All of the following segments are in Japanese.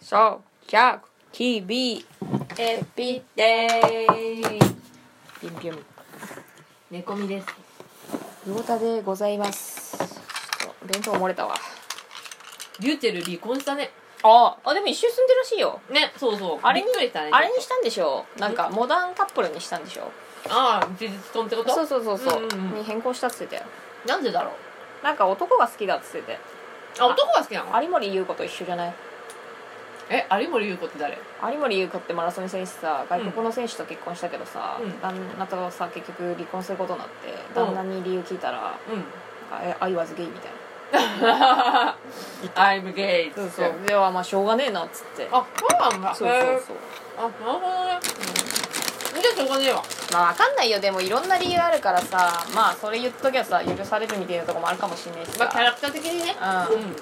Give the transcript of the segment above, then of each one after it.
そう、100、TV、エピデイ。ピンピン。猫みです。魚太でございます。ちょっと、弁当漏れたわ。リューチェル離婚したね。ああ、でも一周住んでるらしいよ。ね、そうそう。あれにびっくりしたね。あれにしたんでしょなんか、モダンカップルにしたんでしょああ、事実婚ってことそうそうそうそう、うんうんうんに変更したっつってたよ。なんでだろう。なんか男が好きだっつってて。あ、男が好きなの有森優子と一緒じゃないえ、有森優子って誰有森優子ってマラソン選手さ外国の選手と結婚したけどさ、うん旦那とさ結局離婚することになって旦那に理由聞いたらうん。 「なんかえ I was gay」みたいな I'm gay. そうそうではまあしょうがねえなっつってあ、そうなんだ。そうへそえうそうあ、なるほどね。じゃあしょうがねえわ。まあ分かんないよでもいろんな理由あるからさまあそれ言っときゃさ許されるみたいなとこもあるかもしんないしまあ、さキャラクター的にね。うん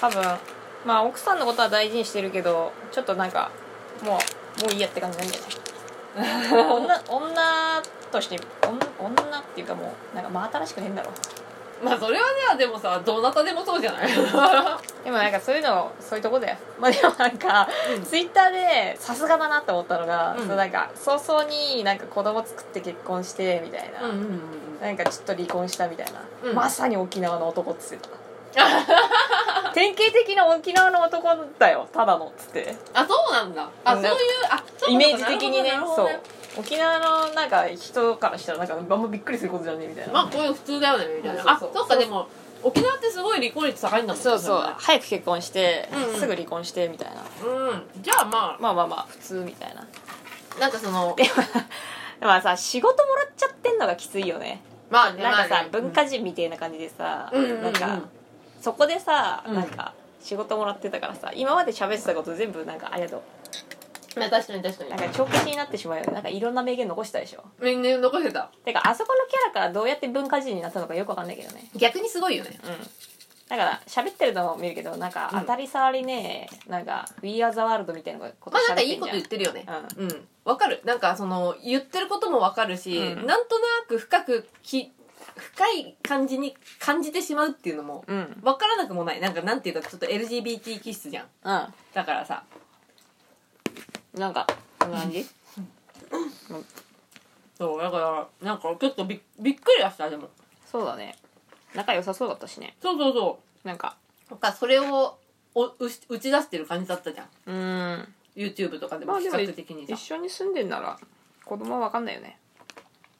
多分まあ奥さんのことは大事にしてるけどちょっとなんかもうもういいやって感じなんじゃない 女女として女女っていうかもうなんか真新しくねえんだろうん。まあ、それはね、でもさ、どなたでもそうじゃないでもなんかそういうのそういうとこだよ まあでもなんか、うんツイッターでさすがだなと思ったのが、うんそうなんか早々になんか子供作って結婚してみたいな、うんうんなんかちょっと離婚したみたいな、うんまさに沖縄の男っつって た典型的な沖縄の男だよただのっつってあ、そうなんだ。あ、そういう、あ、そうイいうメこーとジか的にねなるそほどうなるほど沖縄のなんか人からしたらなんかあんまびっくりすることじゃねえみたいな、まあこういう普通だよねみたいなそうあそうそっかでも沖縄ってすごい離婚率高いんだもんねそうそうれね早く結婚して、うんうんすぐ離婚してみたいなうんじゃあままあまあまあ普通みたいなあなんかそのでも まあさ仕事もらっちゃってんのがきついよねまあねなんかまあさね文化人みたいな感じでさ、うんうんうんうんなんかそこでさ、うんなんか仕事もらってたからさ今まで喋ってたこと全部なんかありがとうまあ確かに確かなんにか帳消しになってしまうよねなんかいろんな名言残したでしょみんな残してたてかあそこのキャラからどうやって文化人になったのかよくわかんないけどね逆にすごいよねうんだから喋ってるのも見るけどなんかうん当たり障りねなんか「We are the world」みたいなことまあなんか喋いていんじことゃん言ってるよねうんうんわかるなんかその言ってることもわかるし、うんなんとなく深くき深い感じに感じてしまうっていうのもうんわからなくもないなんかなんていうかちょっと LGBT 気質じゃんうだからさんなんかこんな感じそうだからなんか結構びっびっくりはしたでもそうだね仲良さそうだったしねそうそうそうなんかなんかそれをおうし打ち出してる感じだったじゃんうーん YouTube とかでまもあ比でも較的にさ一緒に住んでんなら子供は分かんないよね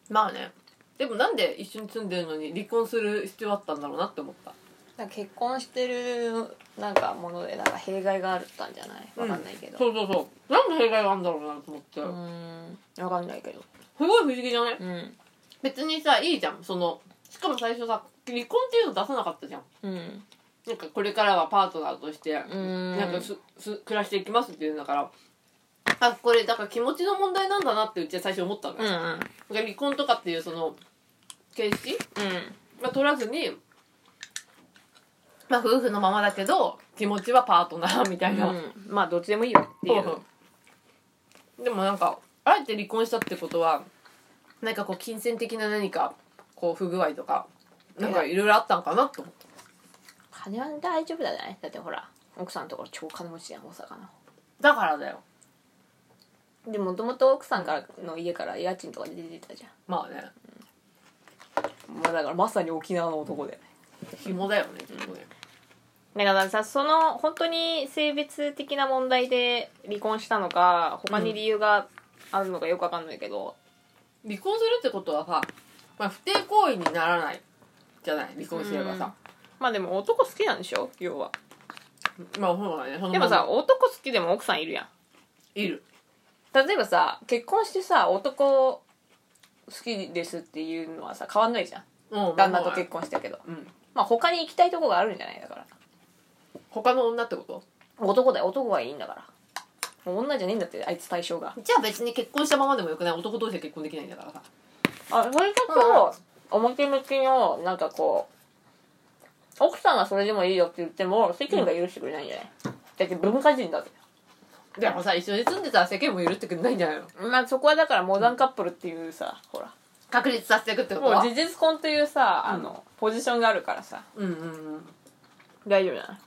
まあ、ねでもなんで一緒に住んでるのに離婚する必要あったんだろうなって思ったなんか結婚してるなんかものでなんか弊害があったんじゃない分かんないけどそうそうそうなんで弊害があるんだろうなと思って、うーん分かんないけどすごい不思議じゃないうん別にさいいじゃんそのしかも最初さ離婚っていうの出さなかったじゃんうんなんかこれからはパートナーとしてんなんかすす暮らしていきますっていうんだからあこれだから気持ちの問題なんだなってうちは最初思ったのうんうよ、んなんか離婚とかっていうその形式うんまあ、取らずに、まあ、夫婦のままだけど気持ちはパートナーみたいな、うんまあどっちでもいいよっていうそうそうでもなんかあえて離婚したってことはなんかこう金銭的な何かこう不具合とかなんかいろいろあったんかなと思って金は大丈夫だねだってほら奥さんのところ超金持ちじゃん大阪だからだよのでもともと奥さんからの家から家賃とかで出てたじゃまあねん、まあ、だからまさに沖縄の男で紐だよねちょっとねだからさその本当に性別的な問題で離婚したのか他に理由があるのかよくわかんないけど、離婚するってことはさ、まあ、不貞行為にならないじゃない離婚すればさ、まあでも男好きなんでしょ要はまあそうだねそのままでもさ男好きでも奥さんいるやんいる例えばさ結婚してさ男好きですっていうのはさ変わんないじゃんうん旦那と結婚したけどうんまあ他に行きたいとこがあるんじゃないだから他の女ってこと男だよ男がいいんだからもう女じゃねえんだってあいつ対象がじゃあ別に結婚したままでもよくない男同士で結婚できないんだからさあそれちょっと表向きのなんかこう奥さんがそれでもいいよって言っても世間が許してくれないんじゃない、だって文化人だぜでもさ一緒に住んでたら世間も許ってくれないんじゃないのまあそこはだからモダンカップルっていうさほら確立させていくってこともはう事実婚というさ、うんあのポジションがあるからさうんうんうん大丈夫じゃない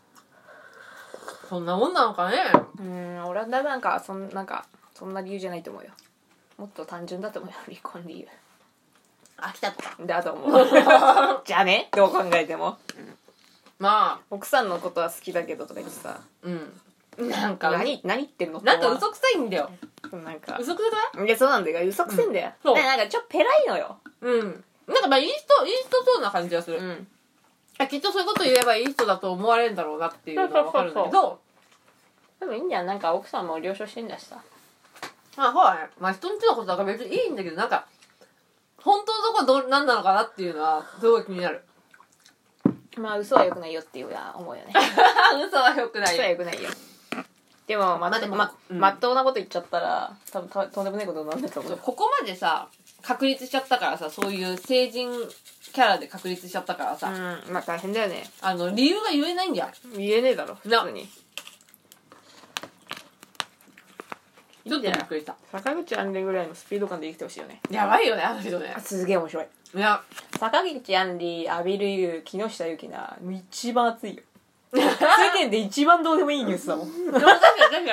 こんなもんなんかねうん俺はなんかそんなんかそんな理由じゃないと思うよもっと単純だと思うよ 離婚理由飽きたとかだと思う じゃねどう考えてもまあ奥さんのことは好きだけどとか言ってさうんなんか何何言ってんのなんか嘘くさいんだよなんか嘘くさいいやそうなんだよ嘘くせんだよ、そうなんかちょっとペラいのようんなんかまあいい人いい人そうな感じがする、んあきっとそういうこと言えばいい人だと思われるんだろうなっていうのは分かるんだけそうどでもいいんじゃんなんか奥さんも了承してんだしさまあほらねまあ人んちのことだから別にいいんだけどなんか本当のとこどう何なのかなっていうのはすごい気になるまあ 嘘は良くないよっていうのは思うよね 嘘はよくない嘘はよ良くないよでもままああででももまうんまっとうなこと言っちゃったら多分ととんでもないことになるんだと思うよここまでさ確立しちゃったからさそういう成人キャラで確立しちゃったからさ、うんまあ大変だよねあの理由が言えないんだよ言えねえだろ普な通にちょっとびっくりした坂口杏里ぐらいのスピード感で生きてほしいよねやばいよねあの人ねすげえ面白いいや坂口杏里阿部瑠優木下ゆきな一番熱い よ世間で一番どうでもいいニュースだもんでも確かに確かに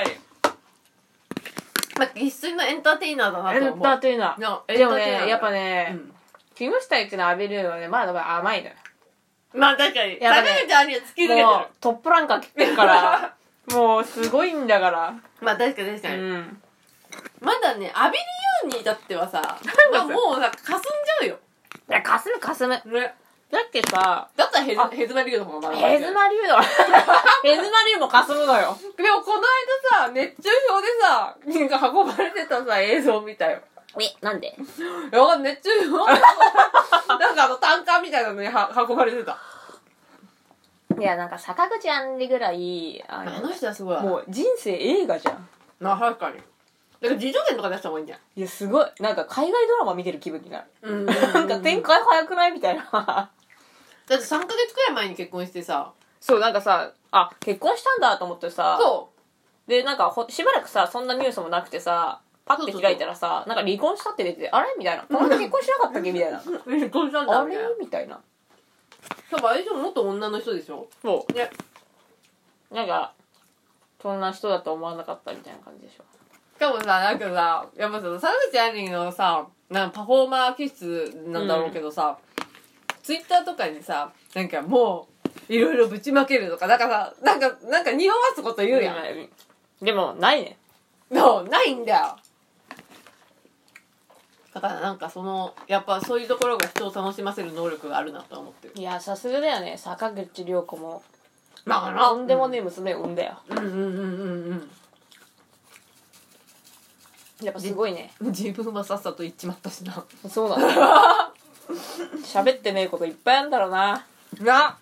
まあ一粋のエンターテイナーだなエとン思タうーテイナいやーでもエンターテイナーだねやっぱね、うん木下ゆきの阿部瑠優はねまだまだ甘いのよまあ確かにやっぱ坂ね口兄は突き抜けてるもうトップランカー切ってるからもうすごいんだからまあ確かに確かうに、んまだねアビリユーに至ってはさ、まあ、もうさかすんじゃうよ、いやかすむかすむだね、ってさだったらヘズあヘズマリュウの方がまだヘズマリュウ のヘズマリュウもかすむのよでもこの間さ熱中症でさなんか運ばれてたさ映像見たよえなんでいや熱中 症なんかあの単管みたいなのには運ばれてたいやなんか坂口杏里ぐらいあの人はすごいもう人生映画じゃんまあ確かにだから自助券とか出した方がいいんじゃんいやすごいなんか海外ドラマ見てる気分になるうんなんか展開早くないみたいなだって3ヶ月くらい前に結婚してさそうなんかさあ結婚したんだと思ってさそでなんかほしばらくさそんなニュースもなくてさパッて開いたらさなんか離婚したって出ててあれみたいなこの間結婚しなかったっけみた いなう結婚したんだあみれたいなみたいな多分あれでしょ元女の人でしょそねうなんかそんな人だと思わなかったみたいな感じでしょしかもさなんかさやっぱさ坂口杏里のさなんかパフォーマー気質なんだろうけどさ、ツイッターとかにさなんかもういろいろぶちまけるとかなんかさなんかなんか匂わすこと言うやん、でもないねそうないんだよだからなんかそのやっぱそういうところが人を楽しませる能力があるなとは思ってるいやさすがだよね坂口涼子もまあなとんでもねえ娘を産んだようんうんうんうんやっぱすごいねうん自分はさっさと行っちまったしなそうなんだ 喋ってねえこといっぱいあるんだろうなな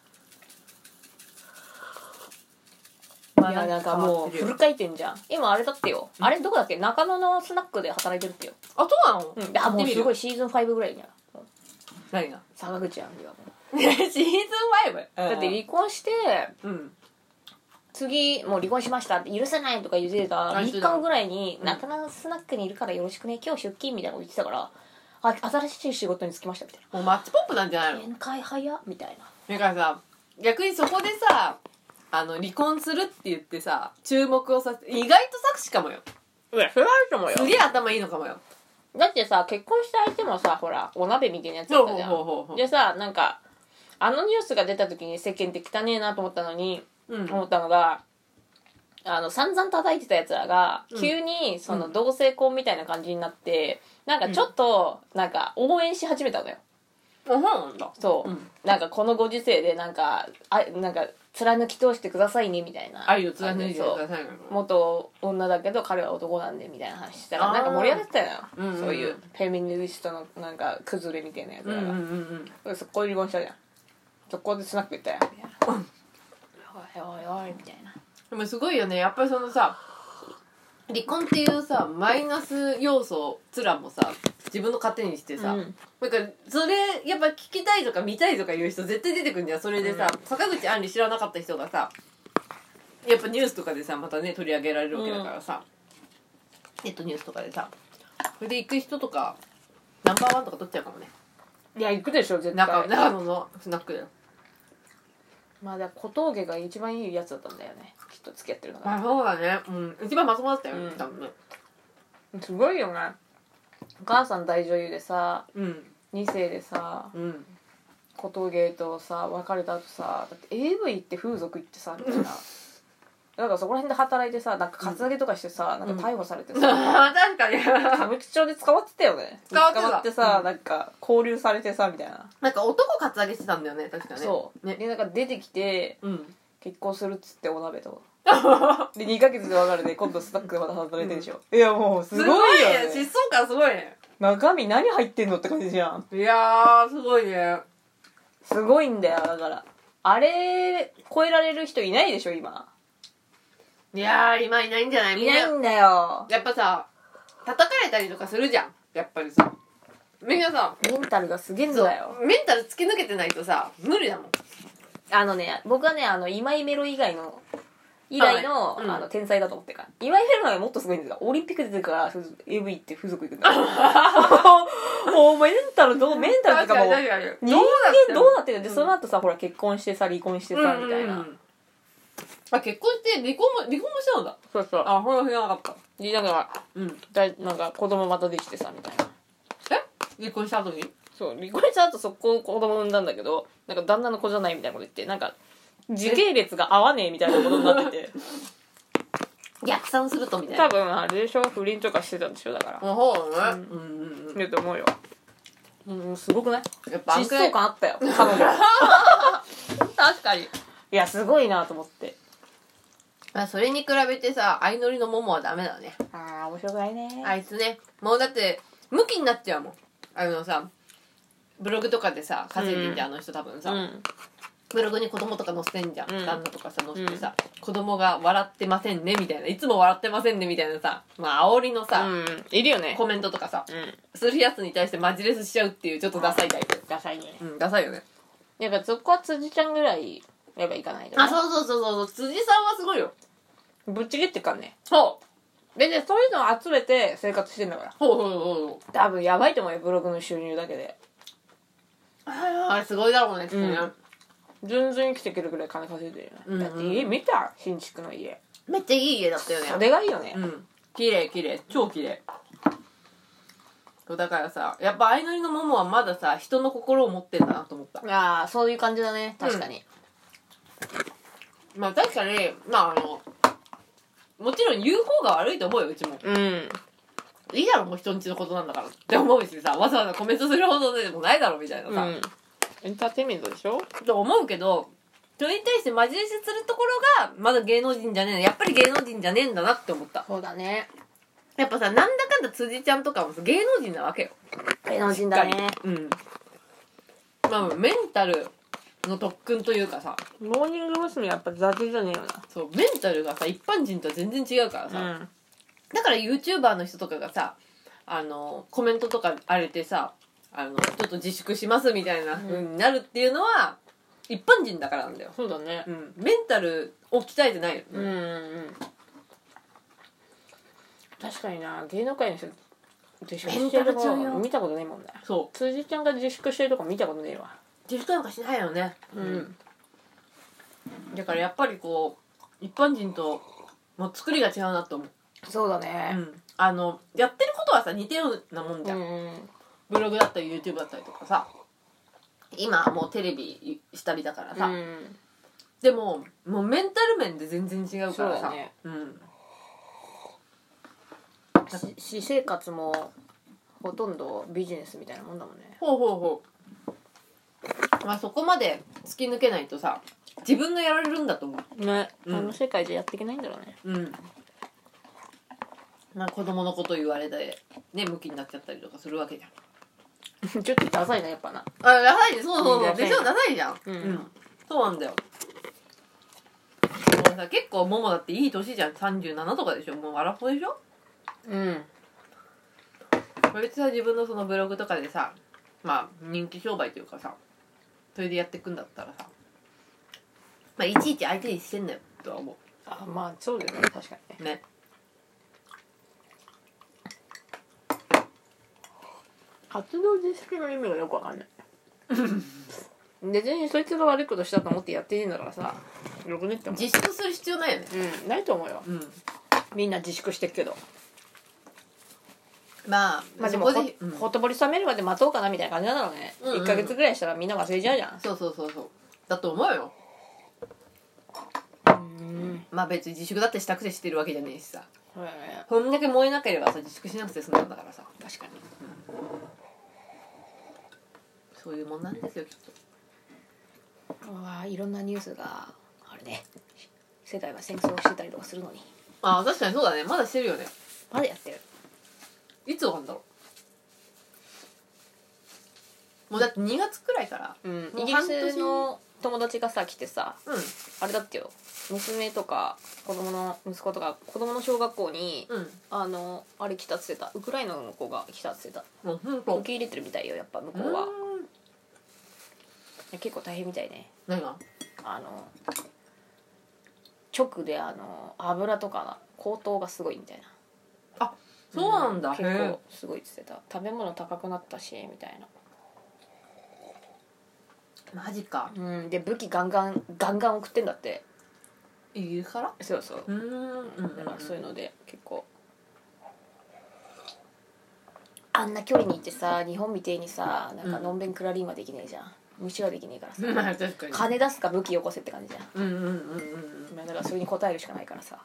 まいやなんかもうフル回転じゃん今あれだってよあれどこだっけ中野のスナックで働いてるってよあそうなの、うんあもうすごいいシーズン5ぐらいじゃん何が坂口杏里はもう シーズン 5? だって離婚してうん次もう離婚しましたって許せないとか言ってたあ言3って日た後ぐらいにうん中野のスナックにいるからよろしくね今日出勤みたいなこと言ってたからあ新しい仕事に就きましたみたいもうマッチポップなんじゃないなの展開早っみたいなだからさ逆にそこでさあの離婚するって言ってさ注目をさせて意外と作詞かもよいやそれはあると思うすげえ頭いいのかもよだってさ結婚した相手もさほらお鍋みたいなやつだそっうたじゃんほうほうほうでさなんかあのニュースが出た時に世間って汚ねえなと思ったのにうん思ったのがあの散々叩いてたやつらがうん急にそうのん同性婚みたいな感じになってなんかちょっとなんか応援し始めたのよそうなんだそう、うんなんかこのご時世でなんかあなんか貫き通してくださいねみたいな愛を貫いてくそうださいね元女だけど彼は男なんでみたいな話したらあーなんか盛り上がってたよ、うんうんうんそういうフェミニストのなんか崩れみたいなやつうんらうんうが、んそこで離婚したじゃんそこでスナック行ったよみたいな、おいおいおいみたいなでもすごいよねやっぱりそのさ離婚っていうさマイナス要素すらもさ自分の糧にしてさ、うんなんかそれやっぱ聞きたいとか見たいとかいう人絶対出てくるんじゃんそれでさ、う坂口杏里知らなかった人がさやっぱニュースとかでさまたね取り上げられるわけだからさ、ネットニュースとかでさそれで行く人とかナンバーワンとか取っちゃうかもねいや行くでしょ絶対中長野のスナックでまあだから小峠が一番いいやつだったんだよねきっと付き合ってるのまあが、そうだねうん一番まともだったようねん多分ねすごいよねお母さん大女優でさうん2世でさうん 小峠とさ別れた後さだって AV 行って風俗行ってさみ たいななんかそこら辺で働いてさなんかカツアゲとかしてさ、んなんか逮捕されてさ確かに歌舞伎町で捕まってたよね捕まってた捕まってさ、うんなんか拘留されてさみたいな、なんか男カツアゲしてたんだよね確かねそう、ねでなんか出てきて うん結婚するっつってお鍋とで2ヶ月で別れて今度スタックでまた働いてるでしょ、いやもうすすごごいいよ、ねね、疾走感すごいね中身何入ってんのって感じじゃんいやーすごいねすごいんだよだからあれ超えられる人いないでしょ今いやー今いないんじゃないみいんないなんだよやっぱさ叩かれたりとかするじゃんやっぱりさみんなさメンタルがすげえんそうだよメンタル突き抜けてないとさ無理だもんあのね僕はねあの今井メロ以外の以外の,、はいうんあの天才だと思ってるから今井メロなんかもっとすごいんですよオリンピック出てるから AV 行って風俗行くんだよ もうメンタルどうメンタルっていうかもう確かに確かに人間どうなってるんでのその後さほら結婚してさ離婚してさみたいな、あ結婚して離婚も離婚もしたんだそうそうあほら知らなかったでなんかうんだいなんか子供またできてさみたいな離婚した後にそう離婚した後速攻子供産んだんだけどなんか旦那の子じゃないみたいなこと言ってなんか時系列が合わねえみたいなことにな ってて逆算するとみたい多な分あれでしょ不倫とかしてたんでしょだからあそうだねううんうんうんいいと思うようんすごくないやっぱ疾走感あった よ彼女確かにいやすごいなと思ってあそれに比べてさ相乗りのモモはダメだねああ面白くないねあいつねもうだってムキになっちゃうもんあのさブログとかでさ稼いでんじゃん、あの人多分さ、うんブログに子供とか載せてんじゃん、うん旦那とかさ載せてさ、子供が笑ってませんねみたいないつも笑ってませんねみたいなさまあ煽りのうさ、んいるよねコメントとかさうんするやつに対してマジレスしちゃうっていうちょっとダサいタイプダサいねうんダサいよねやっぱそこは辻ちゃんぐらいやっぱいかないとねあそうそうそうそう辻さんはすごいよぶっちぎってっからねそうででそういうのを集めて生活してんだからほうほうほうほう多分やばいと思うよブログの収入だけでああすごいだろうねきっとね、うん全然生きていけるぐらい金稼いでるよね、うんうんだって家見た新築の家めっちゃいい家だったよねそれがいいよね、うん綺麗綺麗超綺麗そうだからさやっぱ相乗りのモモはまださ人の心を持ってんだなと思ったああそういう感じだね確かに、まあ確かにまああのもちろん言う方が悪いと思うようちもうん、いいだろもう人んちのことなんだからって思うしさわざわざコメントするほどでもないだろみたいなうさ、んエンターテインメントでしょと思うけどそれに対してマジレスするところがまだ芸能人じゃねえなやっぱり芸能人じゃねえんだなって思ったそうだねやっぱさなんだかんだ辻ちゃんとかもさ芸能人なわけよ芸能人だねうんまあメンタルの特訓というかさモーニング娘。やっぱ雑じゃねえよそうメンタルがさ一般人とは全然違うからさ、なうんだから YouTuber の人とかがさあのコメントとか荒れてさあのちょっと自粛しますみたいな風になるっていうのは、一般人だからなんだよ、そうだねうん、メンタルを鍛えてないよね、うんうん確かにな芸能界の人自粛してるとこメンタル強いよ見たことないもんねそ辻ちゃんが自粛してるとこ見たことねえわう自粛なんかしないよねうん、だからやっぱりこう一般人ともう作りが違うなと思う、そうだうねん、あのやってることはさ似たようなもんじゃんんブログだったり YouTube だったりとかさ今はもうテレビ下火だからさ、うんでももうメンタル面で全然違うかそうらださねうんし私生活もほとんどビジネスみたいなもんだもんねほうほうほうまあそこまで突き抜けないとさ自分がやられるんだと思うね、うんあの世界じゃやっていけないんだろうねうんまあ子供のこと言われてねムキになっちゃったりとかするわけじゃ んちょっとダサいなやっぱなあダサいねそうそうそううんダサいでしょダサいじゃんうんそうなんだよでもさ結構ももだっていい年じゃん37とかでしょもうアラフォーでしょうんこいつは自分のそのブログとかでさまあ人気商売というかさそれでやってくんだったらさまあいちいち相手にしてんだよとは思あまあそうだよね確かにねうね活動自粛の意味がよくわかんない 別にそいつが悪いことしたと思ってやっていいんだからさよくねって思う自粛する必要ないよねうんないと思うようんみんな自粛してるけどまあまあでそもこほ,、でうんとぼり冷めるまで待とうかなみたいな感じなんだろうね、うんうん1ヶ月ぐらいしたらみんな忘れちゃうじゃんそうそうそうそうだと思うようんまあ別に自粛だってしたくてしてるわけじゃねえしさそうだねこんだけ燃えなければさ自粛しなくて済んだんだからさ確かにそういうもんなんですよきっとうわいろんなニュースがあるね世界は戦争をしてたりとかするのにああ確かにそうだねまだしてるよねまだやってるいつ終わるんだろうもうだって2月くらいからうんもうイギリスの友達がさ来てさうあれだってよ娘とか子供の息子とか子供の小学校にんうんあのあれ来たっつってたウクライナの子が来たっつってたもうほん受とけ入れてるみたいよやっぱ向こううはん結構大変みたいね何があの直であの油とかな高騰がすごいみたいなそうなんだ、うへ結え構すごいっつってた食べ物高くなったしみたいなマジかうんで武器ガンガンガンガン送ってんだってイギリスからそうそううーんうんだからそういうので結構あんな距離にいてさ日本みてえにさなんかのんべんくらりんはできねえじゃん虫はできねえからさうんまあ 確かに金出すか武器よこせって感じじゃんうんうんうんうんうんまあだからそれに応えるしかないからさ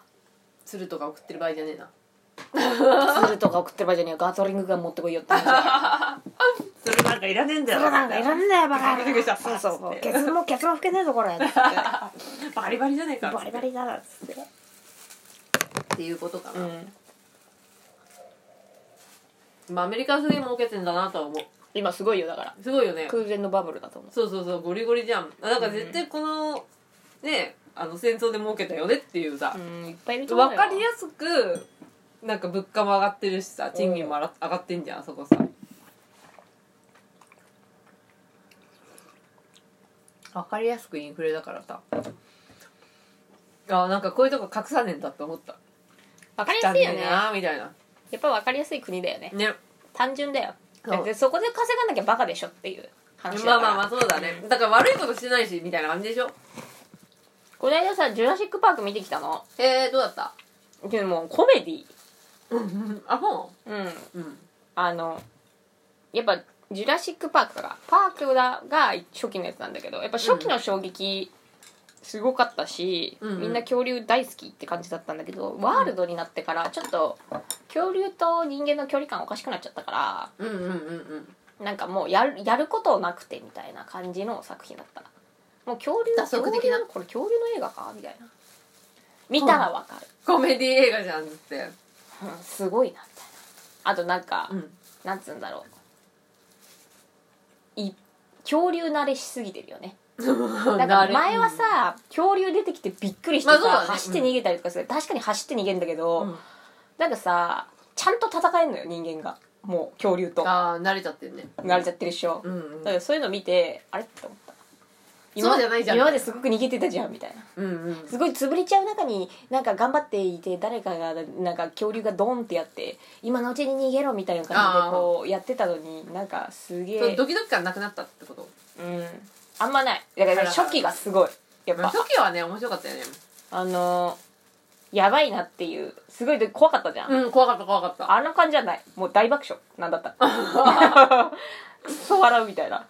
鶴とか送ってる場合じゃねえな 鶴とか送ってる場合じゃねえよガトリングガン持ってこいよって話だ よそれなんかいらねえんだそれなんかいらんだよバカびっくりし たそうそうもつっうケてツもケツも拭けねえぞこれつってバリバリじゃねえかバリバリだなっつってっていうことかうな、んまあアメリカはすげえ儲けてんだなとは思う今すごいよだからすごいよね空前のバブルだと思うそうそうそうゴリゴリじゃんあなんか絶対この、ねあの戦争で儲けたよねっていうさ、うんいっぱいいると思う分かりやすくなんか物価も上がってるしさ賃金も上が上がってんじゃんあそこさ分かりやすくインフレだからさあなんかこういうとこ隠さねえんだって思った分かりだやすいよねやなみたいなっぱ分かりやすい国だよねね単純だよそうだってそこで稼がなきゃバカでしょっていう話だまかあらまあまあそうだねだから悪いことしてないしみたいな感じでしょこの間さ「ジュラシック・パーク」見てきたのえー、どうだったでもコメディあもうんううんあのやっぱ「ジュラシック・パーク」がパークだが初期のやつなんだけどやっぱ初期の衝撃すごかったし、うんうんみんな恐竜大好きって感じだったんだけど、ワールドになってからちょっと恐竜と人間の距離感おかしくなっちゃったからうんうんうんなんかもうやるやることなくてみたいな感じの作品だったもう恐竜打足的な恐竜これ恐竜の映画かみたいな見たらわかる、コメディ映画じゃんってうんすごいなみたいなあとなんか、んなんつうんだろうい恐竜慣れしすぎてるよねなんか前はさ恐竜出てきてびっくりしてさ、まあそうだね走って逃げたりとかする、確かに走って逃げんだけど、うんなんかさちゃんと戦えんのよ人間がもう恐竜とああ慣れちゃってるね慣れちゃってるっしょ、うんうんだからそういうの見てあれって思ったそうじゃないじゃん今まですごく逃げてたじゃんみたいなうんうんすごい潰れちゃう中になんか頑張っていて誰かがなんか恐竜がドンってやって今のうちに逃げろみたいな感じでこうやってたのになんかすげえそのドキドキ感なくなったってことうんあんまないだから初期がすごいやっぱ初期はね面白かったよねあのーやばいなっていうすごいで怖かったじゃん、うん怖かった怖かったあの感じじゃないもう大爆笑なん だったらくそ笑うみたいな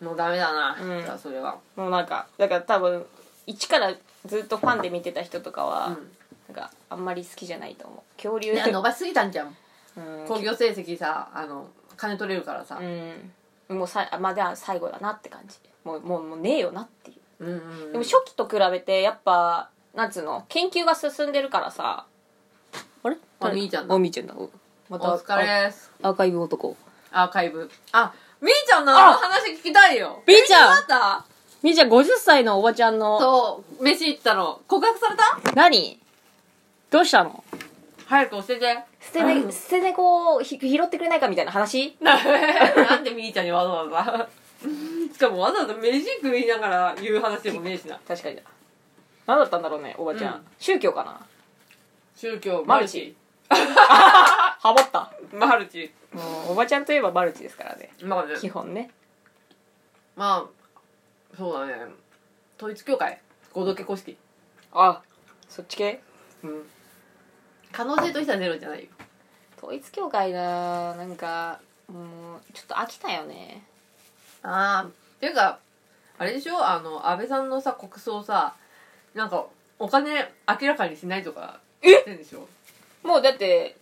もうダメだな、うんじゃあそれはもうなんかだから多分一からずっとファンで見てた人とかは、うんなんかあんまり好きじゃないと思う恐竜いや伸ばしすぎたんじゃんうん 興行成績さあの金取れるからさうんもうさあまあでは最後だなって感じもうもうもうねえよなっていううんうんうんでも初期と比べてやっぱなんつうの研究が進んでるからさあれあみーちゃんだあみーちゃんだうんまおた疲れっすあアーカイブ男アーカイブあみーちゃんのあ話聞きたいよみーちゃんどうだっみーちゃん50歳のおばちゃんたのそう飯行ったの告白された何どうしたの早く教え て捨て,、ね、捨て猫をひ拾ってくれないかみたいな話なんでみーちゃんにわざわ ざしかもわざわざ飯食いながら言う話でもねえしな確かにだ何だったんだろうねおばちゃん、うん宗教かな宗教マルチハマったマルチもうおばちゃんといえばマルチですからねまあね基本ねまあそうだね統一教会合同結婚式あそっち系うん可能性としてはゼロじゃないよ統一教会ななんかもうちょっと飽きたよねああっていうかあれでしょあの安倍さんのさ国葬さなんかお金明らかにしないとかえ言ってんでしょもうだって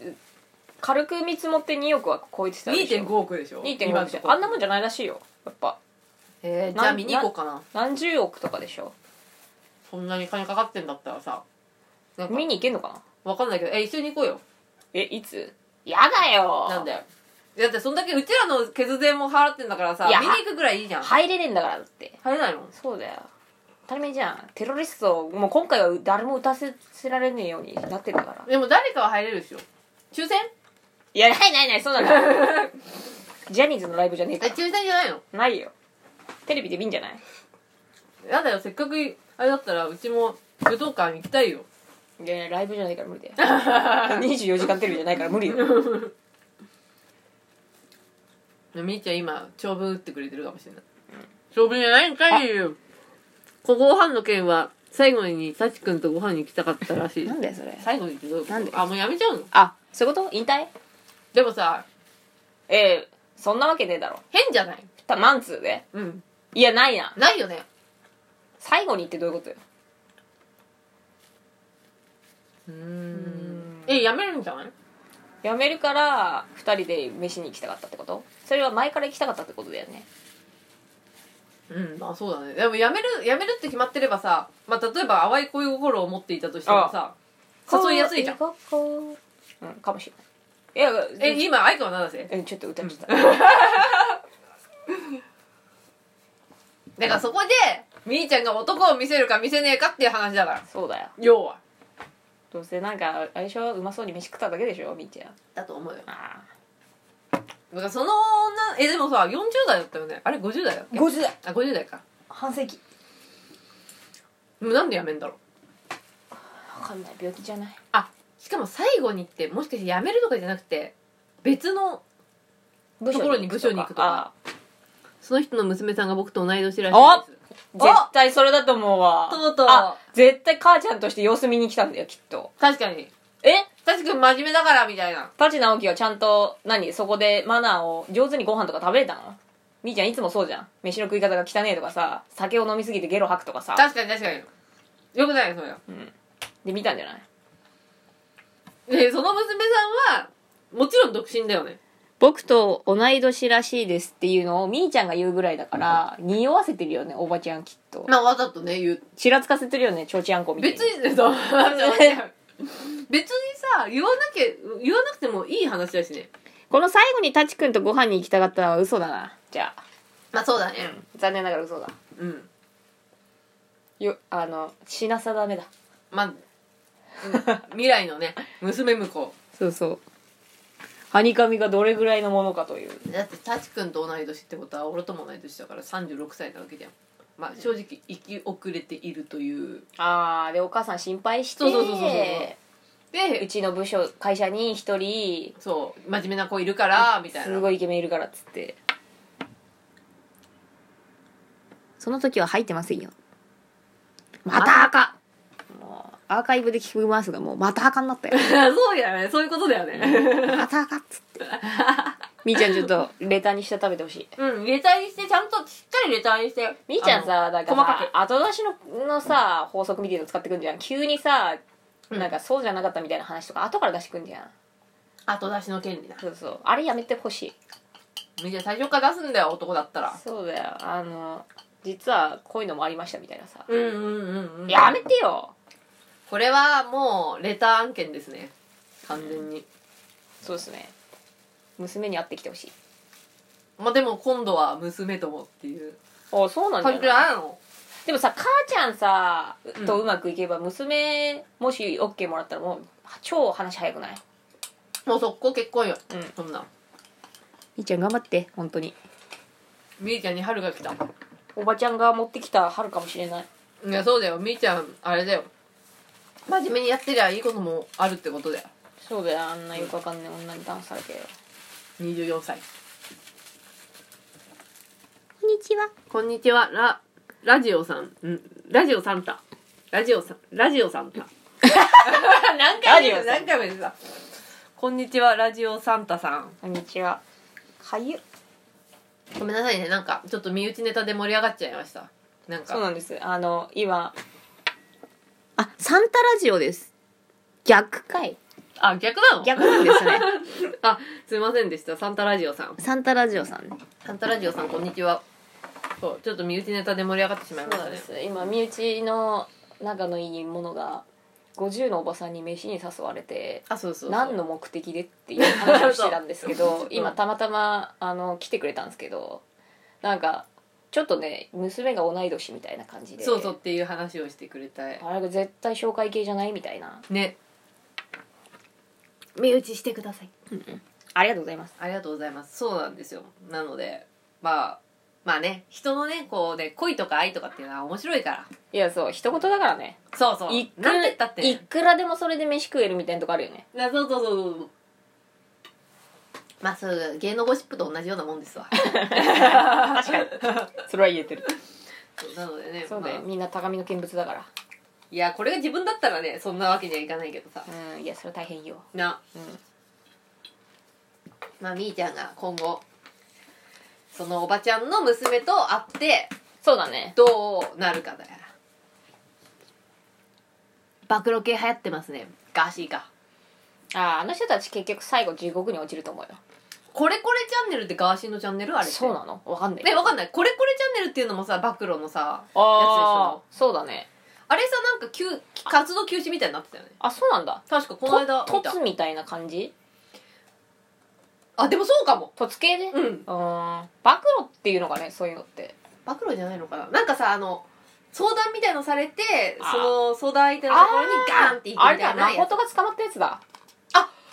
軽く見積もって2億は超えてたでしょ2.5億でしょ2.5億ってあんなもんじゃじゃないらしいよやっぱえー、なじゃあ見に行こうかな何十億とかでしょそんなに金かかってんだったらさなんか見に行けんのかなわかんないけどえ一緒に行こうよえいつやだよなんだよだってそんだけうちらの血税も払ってんだからさいや見に行くぐらいいいじゃん入れねえんだからだって入れないのそうだよ当たり前じゃんテロリストもう今回は誰も打たせられねえようになってんだからでも誰かは入れるでしょ抽選いやないないないそうなんだ ジャニーズのライブじゃねええか抽選じゃないのらないよテレビで見んじゃないやだよせっかくあれだったらうちも武道館行きたいよ いやいやライブじゃないから無理だ よ24時間テレビじゃないから無理よみーちゃん今長文打ってくれてるかもしれない、長文じゃないんかいこご飯の件は最後にサチ君とご飯に行きたかったらしいなんだよそれ最後にってどういうことなんであもうやめちゃうのあそういうこと引退でもさええそんなわけねえだろ変じゃないたマンツーでうんいやないなないよね最後にってどういうことようーんんえやめるんじゃない辞めるから2人で飯に行きたかったってことそれは前から行きたかったってことだよねうんまあそうだねでもやめるやめるって決まってればさ、まあ、例えば淡い恋心を持っていたとしてもさ誘いやすいじゃんここうんかもしれないいやえ今愛子は何だせえちょっと歌っちゃった、だからそこでみーちゃんが男を見せるか見せねえかっていう話だからそうだよ要はどうせなんかあれでしょうまそうに飯食っただけでしょみーちゃんだと思うよあだからその女えでもさ40代だったよねあれ50代だっけ50代あ50代か半世紀でもなんでやめんだろうわかんない病気じゃないしかも最後にってもしかしてやめるとかじゃなくて別の部ところに部署に行くとかその人の娘さんが僕と同い年らおですあ絶対それだと思うわとうとうあ絶対母ちゃんとして様子見に来たんだよきっと確かにえ確かに真面目だからみたいなパチ直樹はちゃんと何そこでマナーを上手にご飯とか食べれたのみーちゃんいつもそうじゃん飯の食い方が汚ねえとかさ酒を飲みすぎてゲロ吐くとかさ確かに確かによくないよそれはで見たんじゃないでその娘さんはもちろん独身だよね僕と同い年らしいですっていうのをみーちゃんが言うぐらいだから匂わせてるよねおばちゃんきっとまあわざとね言うちらつかせてるよねちょうちあんこみたいに別にそう 別にさ言わなきゃ言わなくてもいい話だしねこの最後にタチくんとご飯に行きたかったのは嘘だなじゃあまあそうだね残念ながら嘘だうんよあの品定めだまあ、未来 のね娘婿そうそうはにかみがどれぐらいのものかというだってタチ君と同い年ってことは俺とも同い年だから36歳なわけじゃんまあ正直生き遅れているというああでお母さん心配してそうそうそうそうそうでちの部署会社に一人そう真面目な子いるからみたい すなごいイケメンいるからっつってその時は入ってませんよまた赤もうアーカイブで聞きますがもうまた赤になったよそうやねそういうことだよねまた赤っつってみーちゃんちょっとレターにして食べてほしいうんレターにしてちゃんとしっかりレターにしてみーちゃんさあのなんか細さか後出しののさ法則みたいなの使ってくんじゃん急にさうんなんかそうじゃなかったみたいな話とか後から出してくんじゃんく後出しの権利だそうそうあれやめてほしいみーちゃん最初から出すんだよ男だったらそうだよあの実はこういうのもありましたみたいなさ、うんうんうんうんやめてよこれはもうレター案件ですね完全にそうですね娘に会ってきてほしいまあでも今度は娘ともっていうあそうなんだ感じなのでもさ母ちゃんさんとうまくいけば娘もし OK もらったらもう超話早くないもう速攻結婚よ、うんそんなみーちゃん頑張って本当にみーちゃんに春が来たいおばちゃんが持ってきた春かもしれないやそうだよみーちゃんあれだよ真面目にやってりゃいいこともあるってことだよそうだよあんなよくわかんない女にダンスされてよ24歳こんにちは こんにちはララジオさん、んラジオサンタ。ラジオさん、ラジオサンタ。何回目ラジオさで ん何回目でさ。こんにちは、ラジオサンタさん。こんにちはかゆごめんなさいね、なんか、ちょっと身内ネタで盛り上がっちゃいました。なんそうか、なんですあの今あ、サンタラジオです。逆かい。あ、逆なの逆なんです ね。 あ、すいませんでした。サンタラジオさん。サンタラジオさんね。サンタラジオさん、こんにちは。そう、ちょっと身内ネタで盛り上がってしまいまそうしなたんですね。今身内の仲のいい者が50のおばさんに飯に誘われてあ、そうそうそう。何の目的でっていう話をしてたんですけ そうそどう今たまたまあの来てくれたんですけどなんかちょっとね娘が同い年みたいな感じでそうそうっていう話をしてくれたい。あれが絶対紹介系じゃないみたいなね。身内してください。ありがとうございますありがとうございます。そうなんですよ。なので、まあ、まあね、人のね、こうね、恋とか愛とかっていうのは面白いから。いやそう一言だからねそうそう。いくなんて言ったっていね。くらでもそれで飯食えるみたいなとこあるよねなそうそうそうそう。まあ、そう、芸能ゴシップと同じようなもんです わ。確かにそれは言えてるそうなのでね、そうだよまあみんな高みの見物だからいや、これが自分だったらね、そんなわけにはいかないけどさ。うんいやそれは大変よな、うんまあ、みーちゃんが今後、そのおばちゃんの娘と会って、そうだねどうなるかだよ暴露系流行ってますねガーシーかあーあの人たち結局最後地獄に落ちると思うよこれこれチャンネルってガーシーのチャンネルあれってそうなのわかんないえわかんないこれこれチャンネルっていうのもさ暴露のあさあそうだねあれさなんか休活動休止みたいになってたよねあそうなんだ確かこの間と見たつみたいな感じあでもそうかもとつ系でううんーん暴露っていうのがねそういうのって暴露じゃないのかななんかさあの相談みたいのされてあーその相談相手のところにガーンって行くあみれただいなやつ誠が捕まったやつだ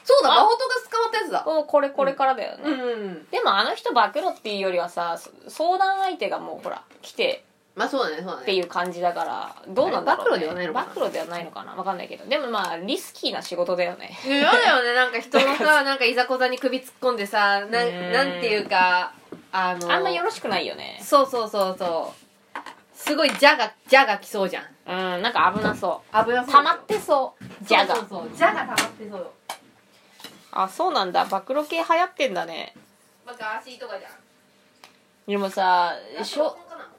そうだあ真琴が捕まったやつだおこれこれからだよね、うんでもあの人暴露っていうよりはさそ相談相手がもうほら来てまあそうだねそうだっねていう感じだからどうなんだろう、ね、あれ暴露ではないのかな暴露ではないのかなわかんないけどでもまあリスキーな仕事だよねね嫌だよねなんか人の さなんかいざこざに首突っ込んでさなんねなんていうかあのあんまよろしくないよねそうそうそうそうすごいじゃがじゃが来そうじゃんうんなんか危なそ危なうそう溜まってそうじゃがそうそうそうじゃが溜まってそうあそうなんだ暴露系流行ってんだねまあガーシーとかじゃんでもさしょかな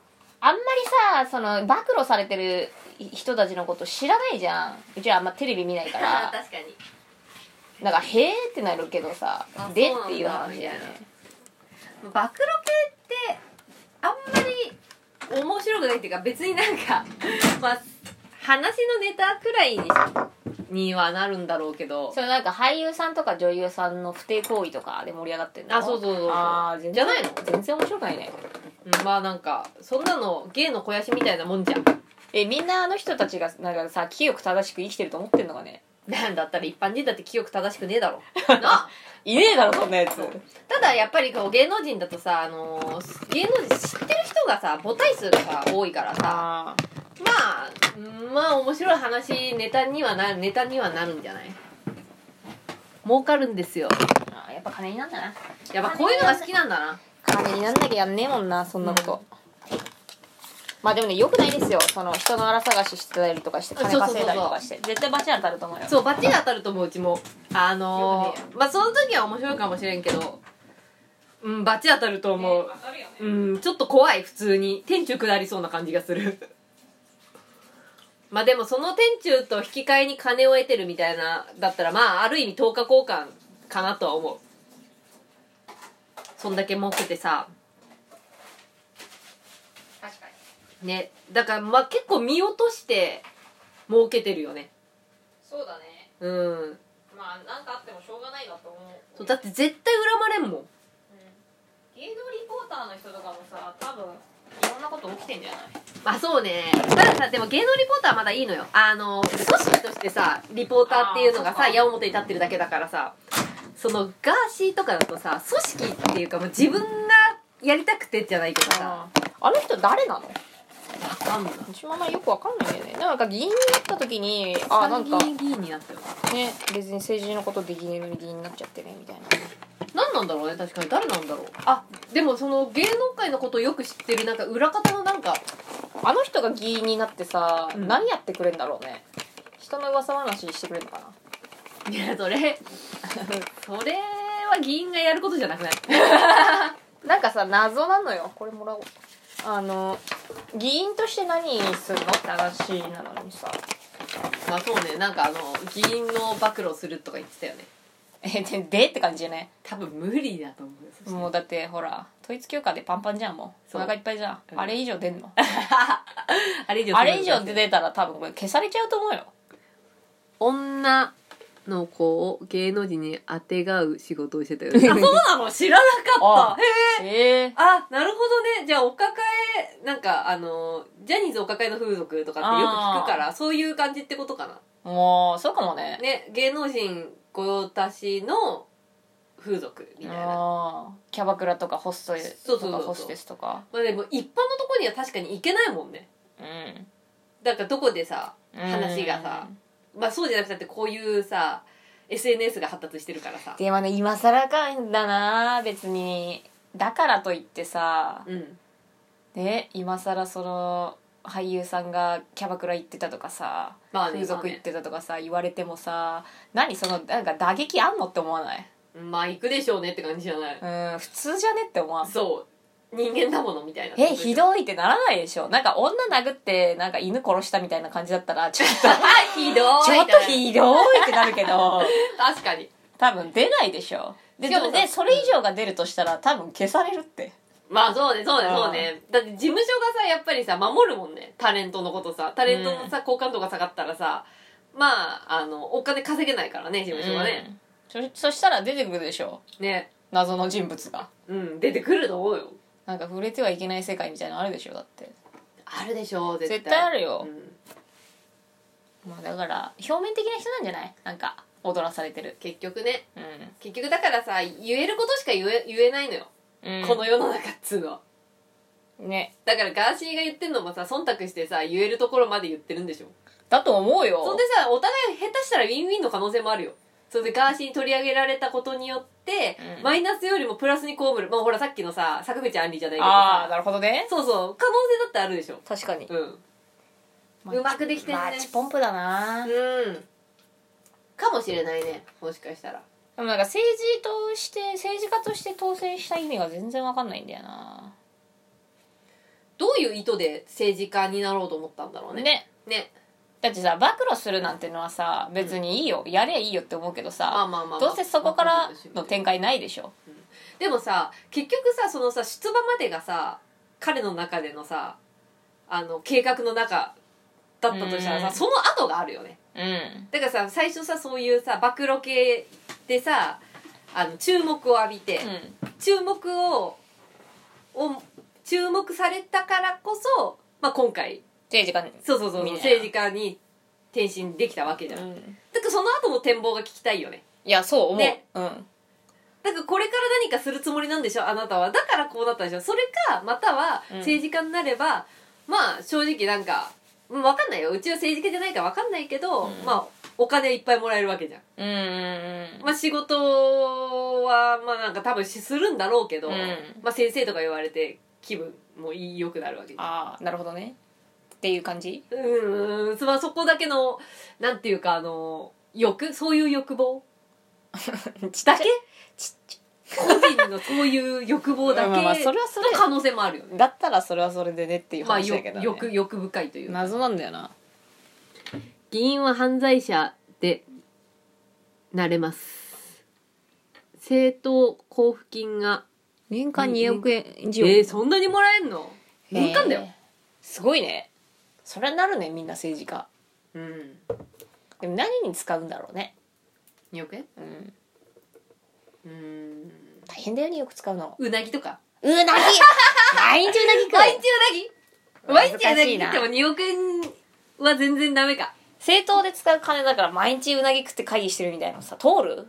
あんまりさその暴露されてる人たちのこと知らないじゃんうちはあんまテレビ見ないか ら確かになんか「へえ」ってなるけどさあ「で」っていう話そうだなよんだね暴露系ってあんまり面白くないっていうか別になんか まあ話のネタくらいににはなるんだろうけどそれなんか俳優さんとか女優さんの不貞行為とかで盛り上がってんのあそうそうそうそうあー全然じゃないの全然面白くないねうんまあなんかそんなの芸の肥やしみたいなもんじゃんえみんなあの人たちがなんかさ清く正しく生きてると思ってんのかねなんだったら一般人だって記憶正しくねえだろなあいねえだろそんなやつ ただやっぱりこう芸能人だとさ、あのー芸能人知ってる人がさ母体数がさ多いからさあまあうんまあ面白い話ネタにはなネタにはなるんじゃない儲かるんですよーあーやっぱ金になんだなやっぱこういうのが好きなんだな金になんなきゃやんねえもんなそんなこと、まあでもねよくないですよその人のあら探ししてたりとかして金稼いだりとかして絶対バチ当たると思うよそうバッチリ当たると思ううちもあのーまあその時は面白いかもしれんけどうんバッチリ当たると思う、うんちょっと怖い普通に天中下りそうな感じがする まあでもその天中と引き換えに金を得てるみたいなだったらまあある意味10日交換かなとは思うそんだけ儲けてさ確かにねだからまあ結構見落として儲けてるよねそうだねうんまあ何かあってもしょうがないなと思うそうだって絶対恨まれんもん芸能リポーターの人とかもさ多分いろんなこと起きてんじゃないまあそうねたださでも芸能リポーターはまだいいのよあの組織としてさリポーターっていうのがあさー矢面に立ってるだけだからさそのガーシーとかだとさ組織っていうかもう自分がやりたくてじゃないけどさあの人誰なの分かんないうちもあんまよくわかんないんだよねなんか議員になった時にあなんか参議院議員になったよね別に政治のことできねえのに議員になっちゃってねみたいな何なんだろうね確かに誰なんだろうあでもその芸能界のことをよく知ってるなんか裏方のなんかあの人が議員になってさ、うん何やってくれんだろうね人の噂話してくれるのかないやそれ それは議員がやることじゃなくないなんかさ謎なのよこれもらおうあの議員として何するのって話なのにさまあそうねなんかあの議員の暴露するとか言ってたよねえででって感じね多分無理だと思うもうだってほら統一教会でパンパンじゃんもうそおう腹いっぱいじゃん、うんあれ以上出んのあれ以上あれ以上出たら多分これ消されちゃうと思うよ女の子を芸能人にあてがう仕事をしてたよねああそうそうなの知らなあかったへえええあなるほどねじゃあお抱えなんかあのジャニーズお抱えの風俗とかってよく聞くからそういう感じってことかなもうそうかもねね芸能人御用達の風俗みたいなあーキャバクラとかホストスそうとそうそうそかうホステスとかまあでも一般のとこには確かに行けないもんねうんだからどこでさ話がさまあそうじゃなくたってこういうさ SNS が発達してるからさでもね今更かんだな別にだからといってさうんね今更その俳優さんがキャバクラ行ってたとかさまあね風俗行っまてたとかさ言われてもさ何そのなんか打撃あんのって思わないあねまあ行くでしょうねって感じじゃないうん普通じゃねって思わんそう人間だものみたいなえひどいってならないでしょなんか女殴ってなんか犬殺したみたいな感じだったらちょっと ひどいちょっとひどいってなるけど確かに多分出ないでしょでしかもさでそれ以上が出るとしたら多分消されるってまあそうねそうねそうねだって事務所がさやっぱりさ守るもんねタレントのことさタレントのさ好感度が下がったらさまああのお金稼げないからね事務所はね、うんそそしたら出てくるでしょね謎の人物がうん出てくると思うよなんか触れてはいけない世界みたいなのあるでしょだってあるでしょう絶対絶対あるようんまあだから表面的な人なんじゃないなんか踊らされてる結局ねうん、結局だからさ言えることしか言え言えないのよ、この世の中っつうのはのねだからガーシーが言ってんのもさ忖度してさ言えるところまで言ってるんでしょだと思うそんよでさお互い下手したらウィンウィンの可能性もあるよそれでガーシーに取り上げられたことによって、うんマイナスよりもプラスに被るまあほらさっきのさ坂口あんりじゃないけどああさなるほどねそうそう可能性だってあるでしょ確かにうんまあうまくできてるねマッチポンプだな、でうんかもしれないねもしかしたらもなんか政治として政治家として当選した意味が全然わかんないんだよなどういう意図で政治家になろうと思ったんだろうねねねだってさ暴露するなんてのはさ別にいいよ、やれいいよって思うけどまさあまあまあまあどうせそこからの展開ないでしょでもさ結局さそのさ出馬までがさ彼の中でのさあの計画の中だったとしたらうんさその後があるよねうんだからさ最初さそういうさ暴露系でさあの注目を浴びて、注目をを注目されたからこそ、まあ、今回政治家にそうそうそうみんな政治家に転身できたわけじゃん、だからその後の展望が聞きたいよねいやそう思う、ねうんなんかこれから何かするつもりなんでしょあなたはだからこうなったでしょそれかまたはうん政治家になれば、まあ正直なんか分かんないようちは政治家じゃないから分かんないけど、うんまあお金いっぱいもらえるわけじゃん、うんうんまあ、仕事はまあなんか多分しするんだろうけど、うんまあ、先生とか言われて気分もいい良くなるわけじゃんああなるほどねっていう感じうんうんそまあそこだけのなんていうかあの欲そういう欲望だけちっち個人のそういう欲望だけ まあまあそのれはそれ可能性もあるよねだったらそれはそれでねっていうまあ、話よだけど、ね欲欲深いという謎なんだよな議員は犯罪者でなれます政党交付金が年間2億円以え上、ーそんなにもらえんの年間だよ、えーすごいねそれはなるねみんな政治家でも何に使うんだろうねうん2億円うんうん大変だよねよく使うのうなぎとかうなぎ 毎日うなぎ食う毎日うなぎ毎日うな難ぎしい食っなても2億円は全然ダメか政党で使う金だから毎日うなぎ食って会議してるみたいなのさ通る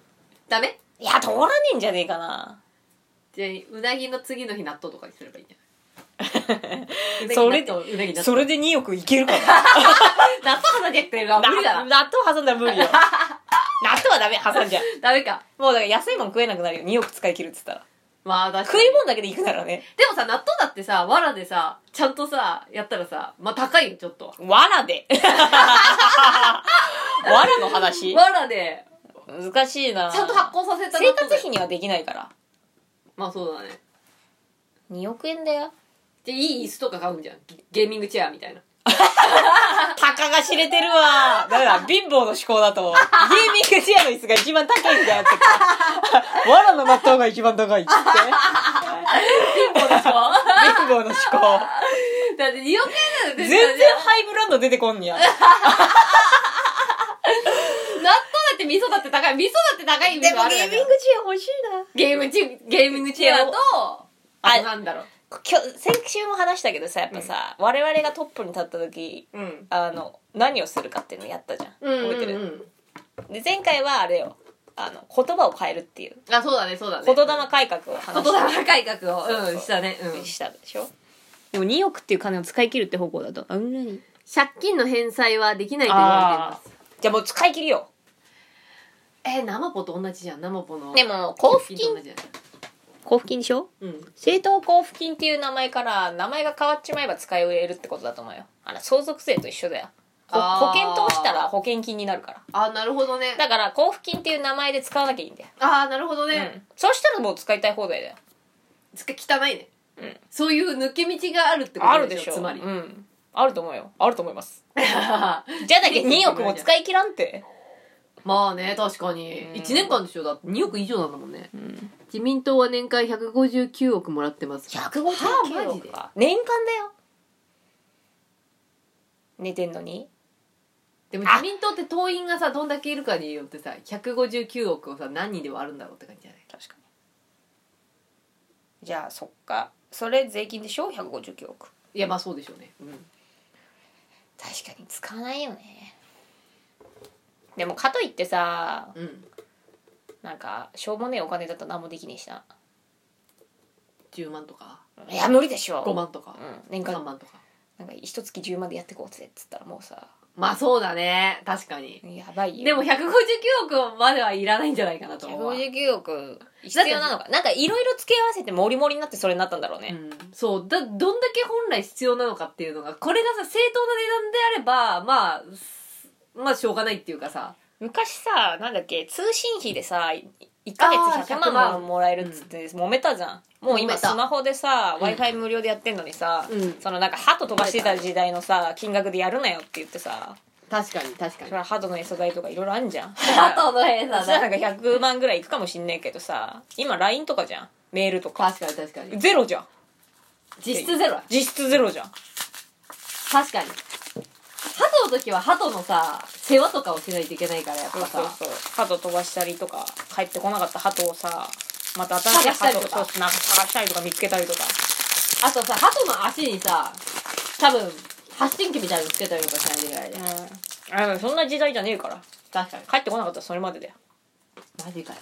ダメいや通らねえんじゃねえかなじゃあうなぎの次の日納豆とかにすればいいんじゃない それうなぎ納豆うなぎ納豆それで2億いけるか な納豆挟んじゃってるのは無理だな納豆挟んだら無理よ 納豆はダメ挟んじゃうダメかもうだから安いもん食えなくなるよ2億使い切るっつったらまあ確か 食にい物だけで行くならねでもさ、納豆だってさ、藁でさ、ちゃんとさ、やったらさ、まあ高いよ、ちょっとは。わら でわらの話藁で、難しいなちゃんと発酵させた生納豆活だ費にはできないからまあそうだね。 2億円だよで、いい椅子とか買うんじゃん。ゲーミングチェアみたいな。たかが知れてるわだから貧乏の思考だとゲーミングチェアの椅子が一番高いんだよってわらの納豆が一番高いっつってそうでしょだ貧乏の思考って2億円なの全然全然。ハイブランド出てこんにゃ納豆だって味噌だって高い。味噌だって高い意味があるんだけチど。ェア欲しいなゲームチェア、ゲーミングチェアと、あとなんだろう。今日先週も話したけどさやっぱさ、我々がトップに立った時うん。あの何をするかっていうのやったじゃんうんうん、覚えてる、うん。で前回はあれよあの言葉を変えるっていうあ、そうだね、そうだね。言霊改革を話した言霊改革を、うん、したね。うん。したでしょでも2億っていう金を使い切るって方向だとあうんなに借金の返済はできないと言わあれています。ーじゃあもう使い切りよえー、生ポと同じじゃん、生ポの。でも交付と金同じじ交付金でしょゃん。うん。政党交付金っていう名前から名前が変わっちまえば使い終えるってことだと思うよあの相続税と一緒だよほあー保険通したら保険金になるからあー、なるほどね。だから交付金っていう名前で使わなきゃいいんだよ、あー、なるほどうね。ん、そうしたらもう使いたい放題だよつか汚いね。うんそういう抜け道があるってことあるでしょつまり。 うん、あると思うよあると思いますまじゃなきゃ2億も使い切らんってあね、確かにう。ん1年間でしょだって2億以上なんだもんね。ん自民党は年間159億もらってます。 159億か年間だよ寝てんのにでも自民党って党員がさ、どんだけいるかによってさ、159億をさ、何人で割るんだろうって感じじゃない確かにじゃあそっかそれ税金でしょ159億いや、まあそうでしょうね。うん。確かに使わないよねでもかといってさうん。なんかしょうもねえお金だと何もできねえしな10万とか、いや無理でしょ5万とかう、ん年3間万とか。なんか一月10万でやってこうぜっつったらもうさまあそうだね。確かに。やばいよでも159億まではいらないんじゃないかなと思うわ。 159億必要なのかなんかいろいろ付け合わせてモリモリになってそれになったんだろうね、うんそうだどんだけ本来必要なのかっていうのがこれがさ正当な値段であればまあすまあしょうがないっていうかさ昔さなんだっけ通信費でさ1ヶ月あー100 100万万もらえるっつって揉めたじゃん、もう揉今めたスマホでさうん w i f i 無料でやってんのにさ、うんそのなんかハト飛ばしてた時代のさ金額でやるなよって言ってさ確かに確かそれはハトの餌代とかいろいろあん じゃんあとの辺そしさたらだなんか100万ぐらいいくかもしんないけどさ今 LINE とかじゃんメールとか確かに確かにゼロじゃん実質ゼロ実質ゼロじゃん確かに鳩の時は鳩のさ世話とかをしないといけないからやっそうぱそうさそう鳩飛ばしたりとか帰ってこなかった鳩をさまた新しい探したり鳩をとかそうなんか探したりとか見つけたりとかあとさ鳩の足にさ多分発信機みたいなのつけたりとかしないといけないねうんあでもそんな時代じゃねえから確かに帰ってこなかったらそれまでだよマジかよ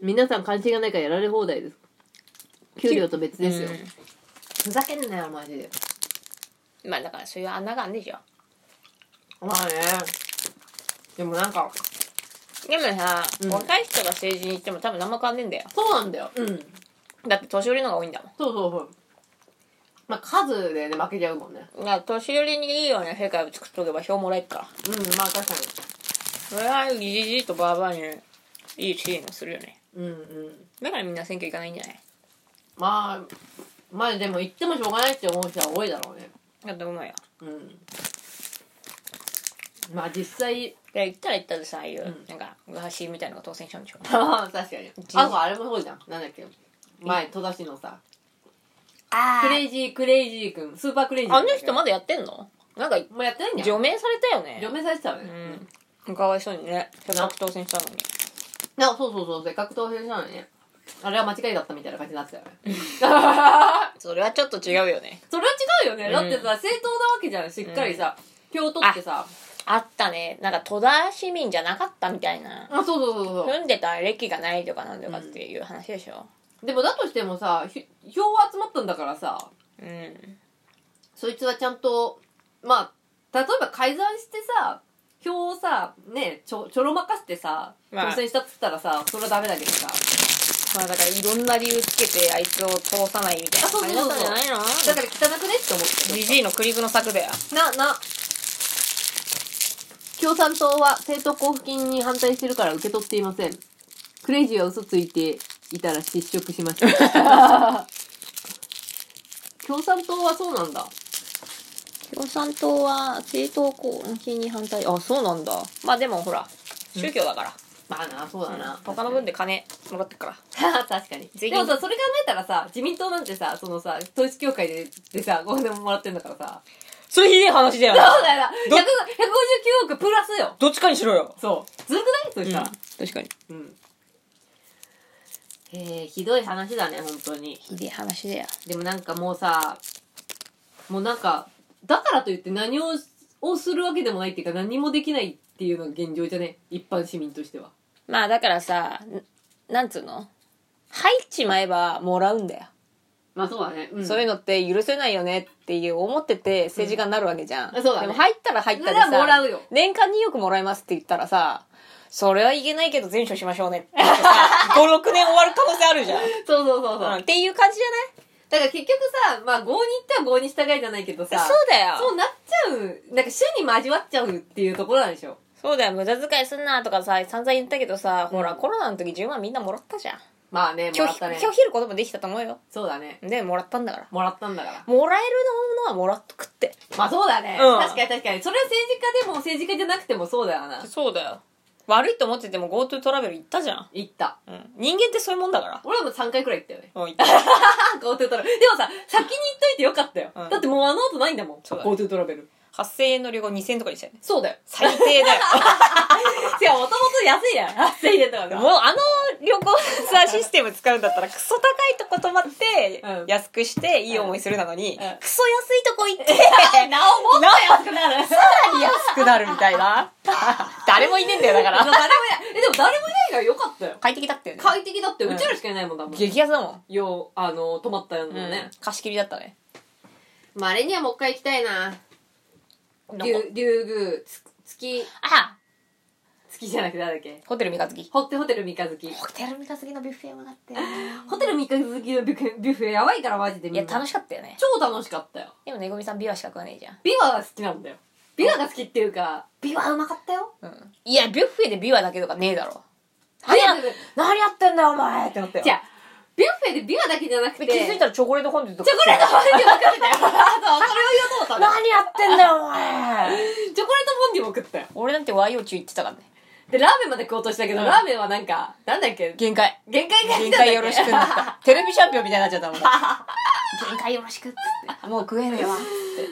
皆さん関心がないからやられ放題です給料と別ですよ、ふざけんなよマジでうんまあだからそういう穴があんでしょまあねでもなんかでもさ、うん若い人が政治に行っても多分何も変わんねえんだよそうなんだようんそうだって年寄りの方が多いんだもんそうそうまあ数でね負けちゃうもんねだから年寄りにいいような世界を作っとけば票もらえっからうんまあ確かそれはギリギリとバーバーにいいチームするよねにうんうんだからみんな選挙行かないんじゃないまあまあでも行ってもしょうがないって思う人は多いだろうねだと思うようんまあ実際で行ったら行ったでさああいう、うんなんかガーシーみたいなのが当選したんでしょ 確かにあとあれもそうじゃんなんだっけ前戸田市のさあクレイジークレイジー君スーパークレイジーあの人まだやってんのなんかもうやってないんじゃ除ん名されたよね除名されてたようね、ん、かわいそうにねせっかく当選したのになんかそうそうそうせっかく当選したのにねあれは間違いだったみたいな感じになってたよね それはちょっと違うよねそれは違うよね、うんだってさ正当なわけじゃんしっかりさ、票取ってさあったねなんか戸田市民じゃなかったみたいなあそうそうそうそう住んでた歴がないとかなんとかっていう話でしょでもだとしてもさひ票集まったんだからさうん、そいつはちゃんとまあ例えば改ざんしてさ表をさねちょちょろまかしてさまあ当選したっつったらさそれはダメだけどさまあだからいろんな理由つけてあいつを通さないみたいなあそう感そうじだそうそうったんじゃないのだから汚くねって思ってジジイのクリズの策だよ。な、な。共産党は政党交付金に反対してるから受け取っていません。クレイジーは嘘ついていたら失職しま した。共産党はそうなんだ。共産党は政党交付に反対。あ、そうなんだ。まあでもほら、宗教だから。まあな、そうだな。他の分で金もらってっから。 確かに。税で金もさ、それ考えたらさ、自民党なんてさ、そのさ、統一協会ででさ、お金ももらってんだからさ。それひでえ話だよそうな。だよな。ど100 159億プラスよ。どっちかにしろよ。そう。ずるくないそしたら。確かに。うん。えー、ひどい話だね、本当に。ひでえ話だよ。でもなんかもうさ、もうなんか、だからといって何ををするわけでもないっていうか何もできないっていうのが現状じゃね一般市民としては。まあだからさ、んなんつうの入っちまえばもらうんだよ。まあそうだね。うん、そういうのって許せないよねっていう思ってて政治家になるわけじゃん。うんそうだねでも入ったら入ったでそれはもらさうよ、年間2億もらえますって言ったらさ、それはいけないけど全処しましょうねって言 ってさ、5、6年終わる可能性あるじゃん。そうそうそうそう。うんっていう感じじだから結局さ、まあ合に行ったら合に従いじゃないけどゃさ、ないそうだよ そうなっちゃう、なんか主に交わっちゃうっていうところなんでしょ。そうだよ、無駄遣いすんなとかさ、散々言ったけどさ、ほら、うんコロナの時10万みんなもらったじゃん。まあね、も今らっ日、たね。今日ることもできたと思うよ。そうだね。で、もらったんだから。もらったんだから。もらえるものはもらっとくって。まあそうだね。うん確かに確かに。それは政治家でも政治家じゃなくてもそうだよな。そうだよ。悪いと思ってても GoTo トラベル行ったじゃん。行った。うん。人間ってそういうもんだから。俺はもう3回くらい行ったよね。うん、行った。 GoTo トラベル。でもさ、先に言っといてよかったよ。うんだってもうあの後ないんだもん。そうだね GoTo トラベル。 8000円の旅行2000円とかにしたよね。そうだよ。最低だよ。 いや、もともと安いやん。8000円とかもうあの旅行のさ、システム使うんだったらクソ高いとこ泊まってうん、安くしていい思いするなのにうん、クソ安いとこ 行って、なおもっと安くなる。そうさらに安くなるみたいな。誰もいねえんだよ、だか誰もいら。ない。え、でも誰もいないからよかったよ。快適だったよね。快適だって、うんうちらしかいないもんだもん。激安だもん。よう、あの、泊まったやつもね。貸し切りだったね。まあ、あれにはもう一回行きたいな。どこ竜、竜宮、つ月、あ月じゃなくて誰だっけホテル三日月。ホテホテル三日月。ホテル三日月のビュッフェもだったよホテル三日月のビュッフェビュッフェやばいからマジでいみんや、な。楽しかったよね。超楽しかったよ。でも、ねごみさんビワしか食わねえじゃん。ビワが好きなんだよ。ビワが好きっていうか、ビワうまかったよ。うん。いや、ビュッフェでビワだけとかねえだろ。何ビワや、何やってんだよ、お前ってなったよ。じゃあ、ビュッフェでビワだけじゃなくて、で気づいたらチョコレートフォンデュとか。チョコレートフォンデュも食べた よ。そうそれを言おうと思ったの。何やってんだよ、お前 チョコレートフォンデュも食ったよ。俺なんて和洋中行ってたからね。で、ラーメンまで食おうとしたけど、うんラーメンはなんか、なんだっけ限界。限界が来た限んだっけ界よろしくになった。 テレビチャンピオンみたいになっちゃったもん。限界よろしくっつって。もう食えねえわ。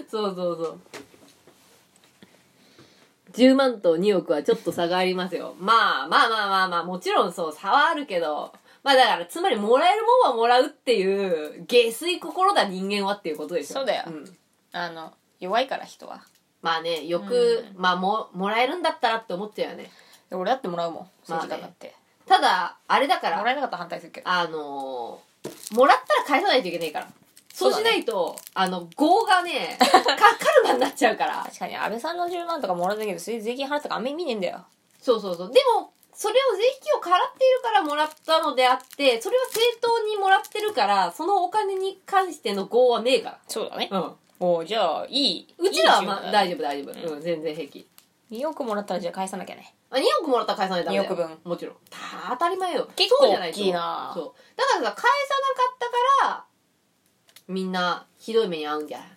そうそうそう。10万と2億はちょっと差がありますよ。まあまあまあまあまあ、もちろんそう、差はあるけど、まあだから、つまりもらえるもんはもらうっていう、下水心だ人間はっていうことでしょ。そうだよんあの、弱いから人は。まあね、よく、まあも、もらえるんだったらって思っちゃうよね。で俺だってもらうもん。まあ政ね治家だって。ただ、あれだからも、らえなかったら反対するけど。あのーもらったら返さないといけないから。そうしないと、あの、業がね、か、カルマになっちゃうから。確かに安倍さんの10万とかもらったけど、それ税金払ったからあんまり見ねえんだよ。そうそうそう。でも、それを税金を払っているからもらったのであって、それは正当にもらってるから、そのお金に関しての業はねえかそうだね。ら。うん。もうじゃあ、いい。うちらはまああ大丈夫大丈夫。うん、全然平気。 2億もらったらじゃあ返さなきゃね。あ2億もらったら返さないとダメだよ2億分もちろんた当たり前よ結構そうじゃいと大きいなそうだからさ返さなかったからみんなひどい目に遭うんじゃない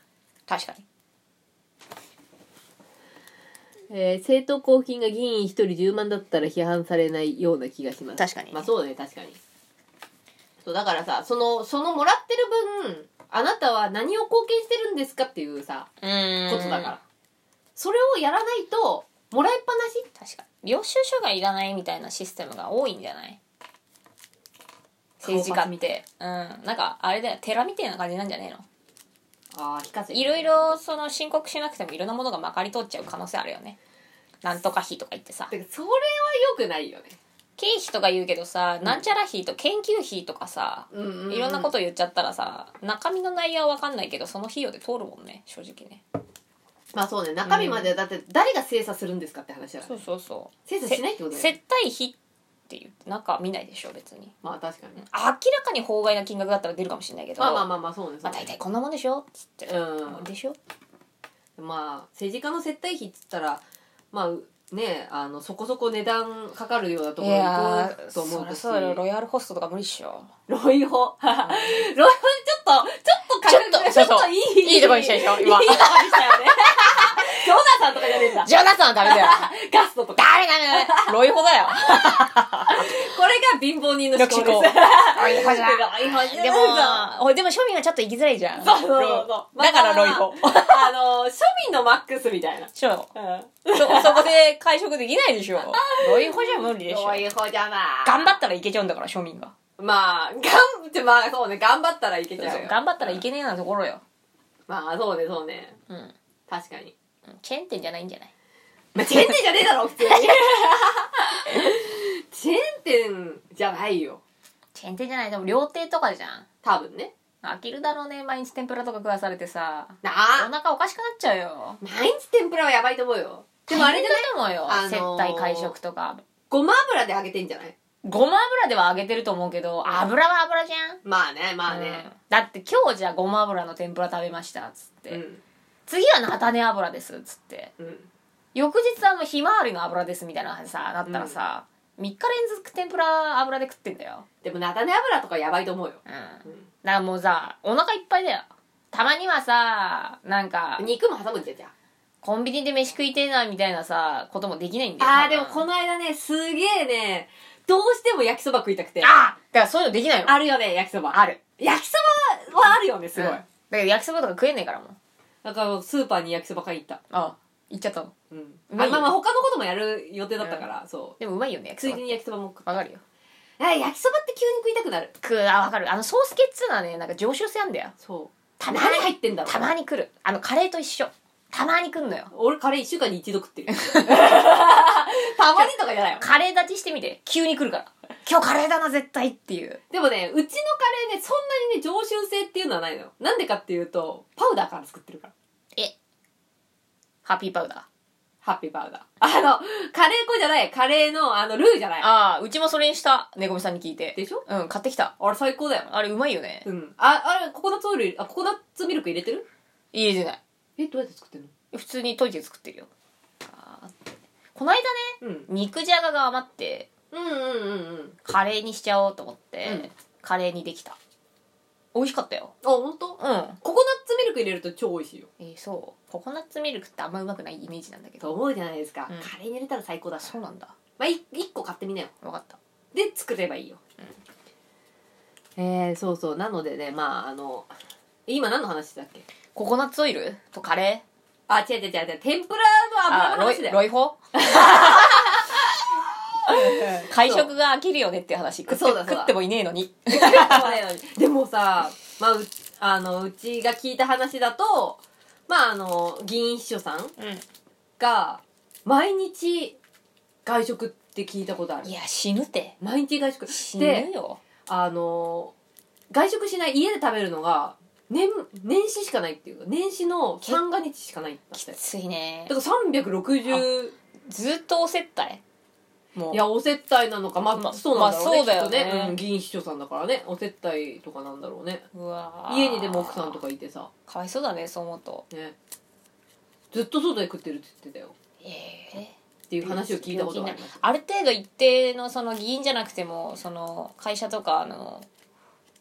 確かに。えー政党交付金が議員1人10万だったら批判されないような気がします確かにまあそうだね確かにそうだからさそのそのもらってる分あなたは何を貢献してるんですかっていうさうーことだからそれをやらないともらいっぱなし確かに領収書がいらないみたいなシステムが多いんじゃない政治家顔パスみったてうんなんかあれだよ寺みたいな感じなんじゃねえのああ引かせいろいろその申告しなくてもいろんなものがまかり通っちゃう可能性あるよねなんとか費とか言ってさてかそれは良くないよね経費とか言うけどさ、なんちゃら費と研究費とかさうんうんうんいろんなこと言っちゃったらさ中身の内容は分かんないけどその費用で通るもんね正直ねまあそうね中身までだって誰が精査するんですかって話だからそうそうそ精査しないってこうとだよね接待費っていう中見ないでしょ別にまあ確かにね明らかに法外な金額だったら出るかもしれないけどまあまあまあまあそうねそまうあね大体こんなもんでしょつって、うんでしょまあ政治家の接待費っつったらまあうねあのそこそこ値段かかるようなところに行こうと思そうりゃとしそうよロイヤルホストとか無理っしょロイホロイホちょっとちょっと軽くちょっとそうそうちょっといいいいとこにしたでしょ今いいとこにしたよねジョナサンとかじゃねえんだジョナサンはダメだよガストとかダメダメダメロイホ だよこれが貧乏人の思考思考ですロイホじゃんロイホじゃんでもほいでも庶民はちょっと行きづらいじゃんそうそうそうそうだからロイホまあまあまああの庶民のマックスみたいなそううんそそこで会食できないでしょロイホじゃ無理でしょロイホじゃな頑張ったらいけちゃうんだから庶民がまあ、頑って、まあそうね、頑張ったらいけちゃうよ。頑張ったらいけねえようなところよまあそうね、そうね。うん確かに。チェーン店じゃないんじゃない まあチェーン店じゃねえだろ、普通に。 チェーン店じゃないよ。チェーン店じゃないでも料亭とかじゃん多分ね。飽きるだろうね毎日天ぷらとか食わされてさなおあ、腹おかしくなっちゃうよ毎日天ぷらはやばいと思うよ。でもあれじゃない大変だとあのー思うよ接待会食とかごま油で揚げてんじゃないごま油では揚げてると思うけど油は油じゃんまあね、まあうねん。だって今日じゃあごま油の天ぷら食べましたっつって、うん。次は菜種油ですっつってうん。翌日はもうひまわりの油ですみたいなさなったらさ、3日連続天ぷら油で食ってんだよでも菜種油とかやばいと思うよ。うんだからうもうさお腹いっぱいだよたまにはさなんかん。肉も挟むんじゃんじゃコンビニで飯食いてえなみたいなさこともできないんだよあ。あ多ー、で分もこの間ね、すげえね、どうしても焼きそば食いたくて。あだからそういうのできないのあるよね、焼きそば。ある焼きそばはあるよね、すごい。うんだけど焼きそばとか食えねえからもうだからスーパーに焼きそば買いに行った。あ行っちゃったのうん。うままあいよまあ他のこともやる予定だったから、そう。でもうまいよね焼きつそいばでに焼きそばも食っわかるよた。あ焼きそばって急に食いたくなる。くあわかるあのソース系っつうのはねなんか常習性あんだよそう。た何ま入にってんだろうたまに来るあのカレーと一緒たまに来んのよ俺カレー一週間に一度食 ってる。たまにとかじゃないよ。カレー立ちしてみて急に来るから今日カレーだな絶対っていうでもね、うちのカレーね、そんなにね、常習性っていうのはないのよ。なんでかっていうと、パウダーから作ってるから。ハッピーパウダーハッピーパウダー。あの、カレー粉じゃない、カレーのあの、ルーじゃない。ああうちもそれにした猫みさんに聞いてでしょうん買ってきたあれ最高だよ。あれうまいよねうん。あ、あれ、ココナッツオイル、あ、ココナッツミルク入れてるいいじゃないえ、どうやって作ってるの普通にトイレ作ってるよあーってこの間ねうん。肉じゃがが余ってうんうんうんうん。カレーにしちゃおうと思って、うんカレーにできた美味しかったよあ、本当？うん、えココナッツミルク入れると超美味しいよ。ーそうココナッツミルクってあんまうまくないイメージなんだけどと思うじゃないですか。うんカレーに入れたら最高だし。そうなんだまあ、い一個買ってみなよ。分かったで、作ればいいよ。えー、そうそう。なのでね、まあ、あの、今何の話したっけココナッツオイルとカレーあ、違う違う違う違う。天ぷらのあ油のロ話イだよロ。イホ 会食が飽きるよねっていう話食ってそうだそうだ食ってもいねえのにそうだよねでもさ、まあ、うあの、うちが聞いた話だと、まあ、あの、議員秘書さんが、毎日外食って聞いたことあるい。や死ぬて毎日外食。死でぬよあのー外食しない家で食べるのが年年始しかないっていうか年始の三が日しかないんだっきてだついねから360ずっとお接待もいやお接待なのかまあ、まあそうなんだろうね,、まあそうだよねきっとうん議員秘書さんだからねお接待とかなんだろうねうわー家にでも奥さんとかいてさかわいそうだねそう思うとねずっと外で食ってるって言ってたよええっていう話を聞いたことがありますある程度一定のその議員じゃなくてもその会社とかの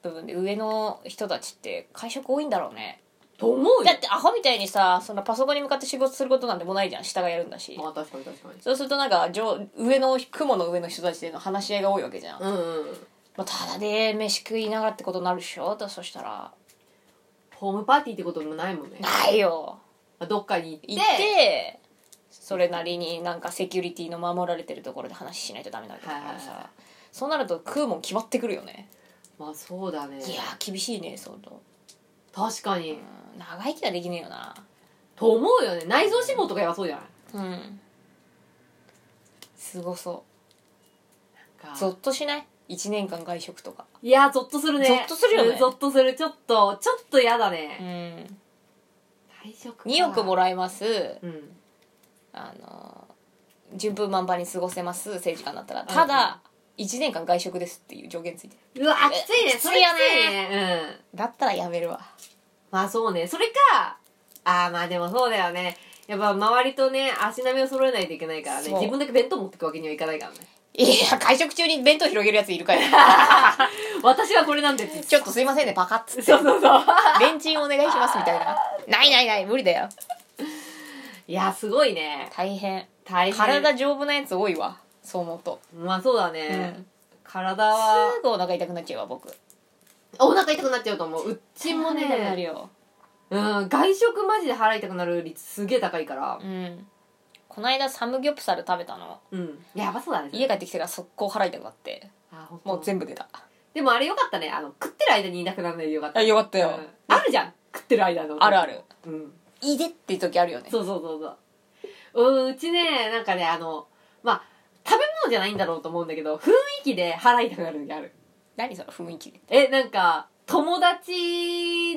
部分で上の人たちって会食多いんだろうねと思うよだってアホみたいにさそのパソコンに向かって仕事することなんてもうないじゃん下がやるんだしまあ確かに確かにそうするとなんか上上の雲の上の人たちでの話し合いが多いわけじゃん、まうんうんうんあ、ただで飯食いながらってことになるでしょだそしたらホームパーティーってこともないもんねないよまあどっかに行って行ってそれなりになんかセキュリティの守られてるところで話しないとダメなわけだからさ、はいはいはいそうなると食うもん決まってくるよね、まあそうだねいやー厳しいね相当、確かに、うん、長生きはできねえよなと思うよね内臓脂肪とかやばそうじゃないうんすごそかうゾッとしない1年間外食とかいやゾッとするねゾッとするよねうんゾッとするちょっとちょっと嫌だうね、ん退職2億もららえますうんあの順風満帆に過ごせます政治家になったらただ1年間外食ですっていう上限ついてるうわきついねきつそいれきよつねいねうんだったらやめるわまあそうね。それか、ああまあでもそうだよね。やっぱ周りとね、足並みを揃えないといけないからね。そう自分だけ弁当持ってくわけにはいかないからね。いや会食中に弁当広げるやついるからよ 私はこれなんでって。ちょっとすいませんねパカッつってそうそうそう。レンチンお願いしますみたいなないないない無理だよいや、すごいね。大変大変。体丈夫なやつ多いわそう思うとまあそうだうね。ん体はす、ぐお腹痛くなっちゃうわ僕お腹痛くなっちゃうと思う。うちも痛くなるね、ようん、外食マジで腹痛くなる率すげえ高いからう。んこないだサムギョプサル食べたのうん。やばそうだね。家帰ってきてから速攻払いたくなってあほんともう全部出たでもあれよかったね。あの、食ってる間にいなくならないでよかった。あよかったようんあるじゃん。食ってる間の。あるあるうん。いいでっていう時あるよねそうそうそうそううんうちねなんかねあのまあ食べ物じゃないんだろうと思うんだけど雰囲気で払いたくなる時ある何その雰囲気えなんか友達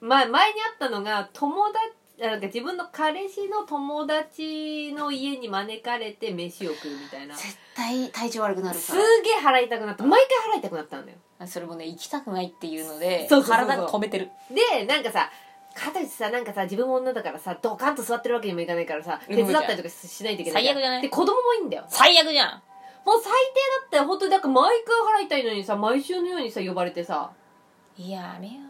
前前にあったのが友達あなんか自分の彼氏の友達の家に招かれて飯を食うみたいなす絶対体調悪くなるかげえ払いたくなった毎回払いたくなったんだよらそれもね行きたくないっていうのでそうそうそうそう体が止めてるでなんかさ片口さなんかさ自分も女だからさドカンと座ってるわけにもいかないからさうん手伝ったりとかしないといけない最悪じゃないで子供もいいんだよ最悪じゃんもう最低だって本当になんか毎回払いたいのにさ毎週のようにさ呼ばれてさいややめようよ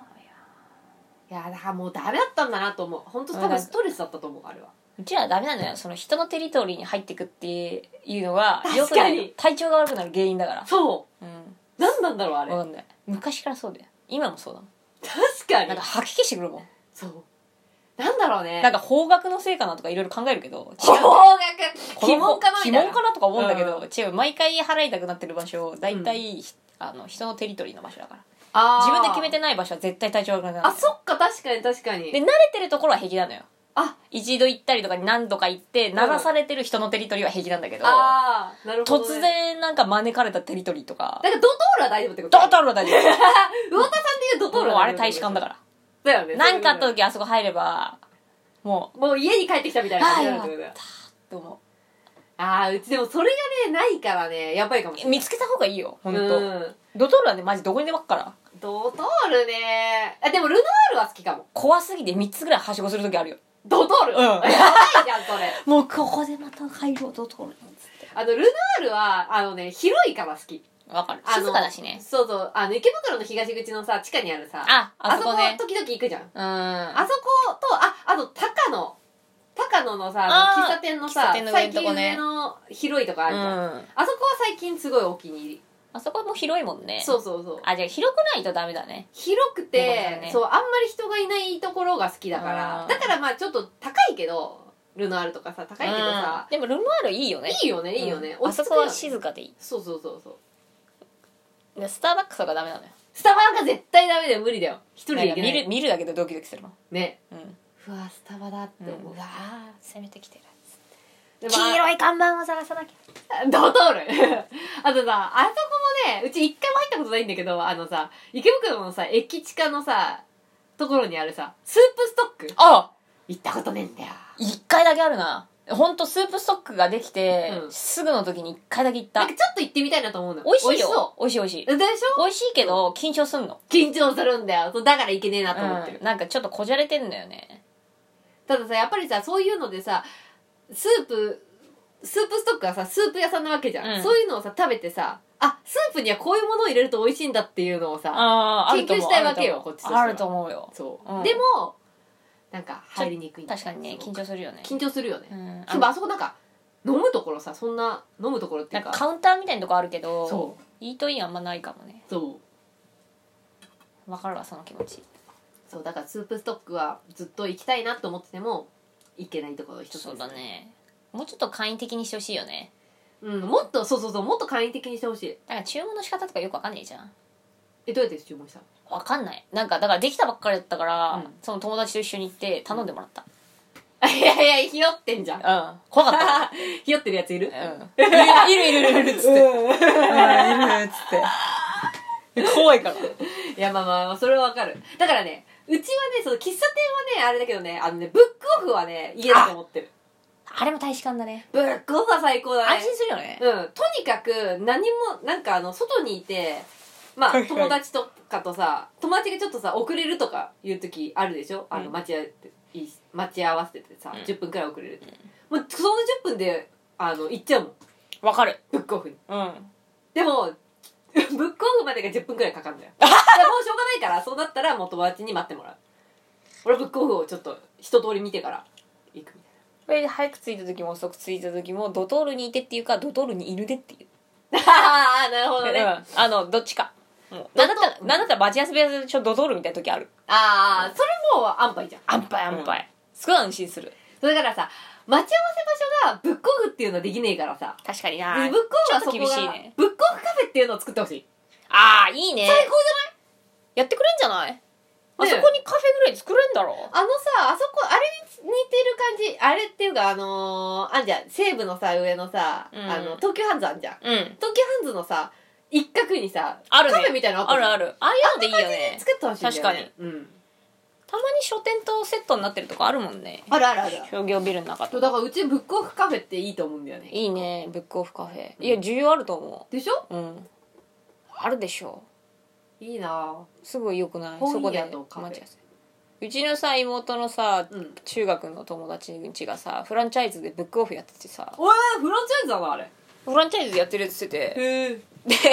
いやだからもうダメだったんだなと思う本当多分ストレスだったと思うあれはうちらはダメなんだよその人のテリトリーに入ってくっていうのは確よくかなにい体調が悪くなる原因だからそうんう何なんだろうあれ分かんない昔からそうだよ今もそうだもん確かになんか吐き気してくるもんそうなんだろうねなんか方角のせいかなとかいろいろ考えるけど違う方角この鬼門かな鬼みたい門かなとか思うんだけど、違う毎回払いたくなってる場所を大体、あの人のテリトリーの場所だからあー自分で決めてない場所は絶対体調悪くなるんだよあそっか確かに確かにで慣れてるところは平気なのよあ一度行ったりとか何度か行って流されてる人のテリトリーは平気なんだけど、ああなるほ突ど、ね、然なんか招かれたテリトリーとかなんかドトールは大丈夫ってことドトールは大丈 魚田さんで言うドト夫ールもうはあれ大丈夫大使館だからだよねなんかあった時あそこ入ればももう家に帰ってきたみたいな感じになるってことだようどうもああうちでもそれがねないからねやばいかもしれない見つけた方がいいよ本当、うんドトールはねマジどこにでもあっからドトールねあでもルノアールは好きかも怖すぎて3つぐらいはしごする時あるよドトール、うんやばいじゃんそれ もうここでまた入ろうドトールあのルノアールはあのね広いから好きわかるあの静かだしねそうそうあの池袋の東口のさ地下にあるさああそこね時々行くじゃんうんああそことああと高野高野のさあのあー喫茶店のさ喫茶店の上最のと近こね上の広いとこあるじゃん、うんあそこは最近すごいお気に入りあそこも広いもんねそうそうそうあじゃあ広くないとダメだね広そくうだてよ、ねそうあんまり人がいないところが好きだからうんだからまあちょっと高いけどルノアールとかさ高いけどうさ、んでもルノアールいいよねいいよねいいよね、うんあ落ちそ着くこよはね静かでいいそうそうそうそうでスターバックスとかダメなのよスタバなんか絶対ダメだよ無理だよ一人でなん行かけ見なるい見るだけでドキドキするもんねうんうわスタバだって思う、うわー攻めてきてるでも黄色い看板を探さなきゃあ ドトールあとさあそこもねうち一回も入ったことないんだけどあのさ池袋のさ駅地下のさところにあるさスープストックあ行ったことねえんだよ一回だけあるなほんとスープストックができて、うんすぐの時に一回だけ行っなたんかちょっと行ってみたいなと思うの美味しい美味しよそ美味しい美味しいうでしょ美味しいけど緊張すんの緊張するんだよそうだからいけねえなと思ってる、うん、なんかちょっとこじゃれてんだよねたださやっぱりさそういうのでさスープスープストックはさスープ屋さんなわけじゃん、うんそういうのをさ食べてさあスープにはこういうものを入れると美味しいんだっていうのをさあ研究したいわけよこっちとしてはあると思うよそう、うんでもなんか入りにくいんだよ確かにねそう緊張するよね緊張するよねう、んでもあそこなんか飲むところさそんな飲むところっていなんうかかカウンターみたいなとこあるけどそうイートインあんまないかもねそうわかるわその気持ちそうだからスープストックはずっと行きたいなと思ってても行けないところの一つですそうだねもうちょっと簡易的にしてほしいよねうんもっとそうそうそうもっと簡易的にしてほしいなんか注文の仕方とかよくわかんねえじゃんえどうやって注文したのわかんないなんかだからできたばっかりだったから、うんその友達と一緒に行って頼んでもらったあいやいや、ひよって んじゃん。うん怖かったひよってるやついるうん、いるいるいるいるっつって、いるっつって怖いからいや、まあまあ、それはわかる。だからね、うちはね、その喫茶店はね、あれだけどね、あのね、ブックオフはね、家だと思ってる。あれも大使館だねブックオフは最高だね。安心するよねうん、とにかく何もなんかあの外にいてまあはいはい友達とかとさ友達がちょっとさ遅れるとかいう時あるでしょあうのん待ち合ってい待ち合わせててさ、うん10分くらい遅れる、もうその10分であの行っちゃうもんわかるブックオフにうんでも ブックオフまでが10分くらいかかるんだよだからもうしょうがないからそうなったらもう友達に待ってもらう俺ブックオフをちょっと一通り見てから行くみたいなこれ早く着いた時も遅く着いた時もドトールにいてっていうかドトールにいるでっていうああなるほどね、あうんあのどっちかもうなんだったらなんだったら待ち合わせ部屋でちょドトールみたいな時ある あーそれもう安牌じゃんあんぱいあんぱいすごい安心するそれからさ、待ち合わせ場所がブックオフっていうのはできねえからさ。確かにブなックオフはちょそっとこ厳が、しいねブックオフカフェっていうのを作ってほしい。ああいいね最高やってくれんじゃないあねそこにカフェぐらい作れんだろあのさ、あそこ、あれに似てる感じ、あれっていうか、あのー、あんじゃん、西部のさ、上のさ、うんあの、東急ハンズあんじゃん。うん東急ハンズのさ、一角にさ、あるねカフェみたいなのあるある。るああいうのでいいよね作ってほしいんだよね。確かに。うん。たまに書店とセットになってるとこあるもんねあるあるある。商業ビルの中そとう、かだからうちブックオフカフェっていいと思うんだよね。いいねブックオフカフェいや需要あると思でしょううんあるでしょいいなぁ。すごい良くない本そこで屋とカフェ待ち合わせうちのさ妹のさうん。中学の友達のうちがさフランチャイズでブックオフやっててさおえフランチャイズだな、あれ。フランチャイズやってるって言っててへえ。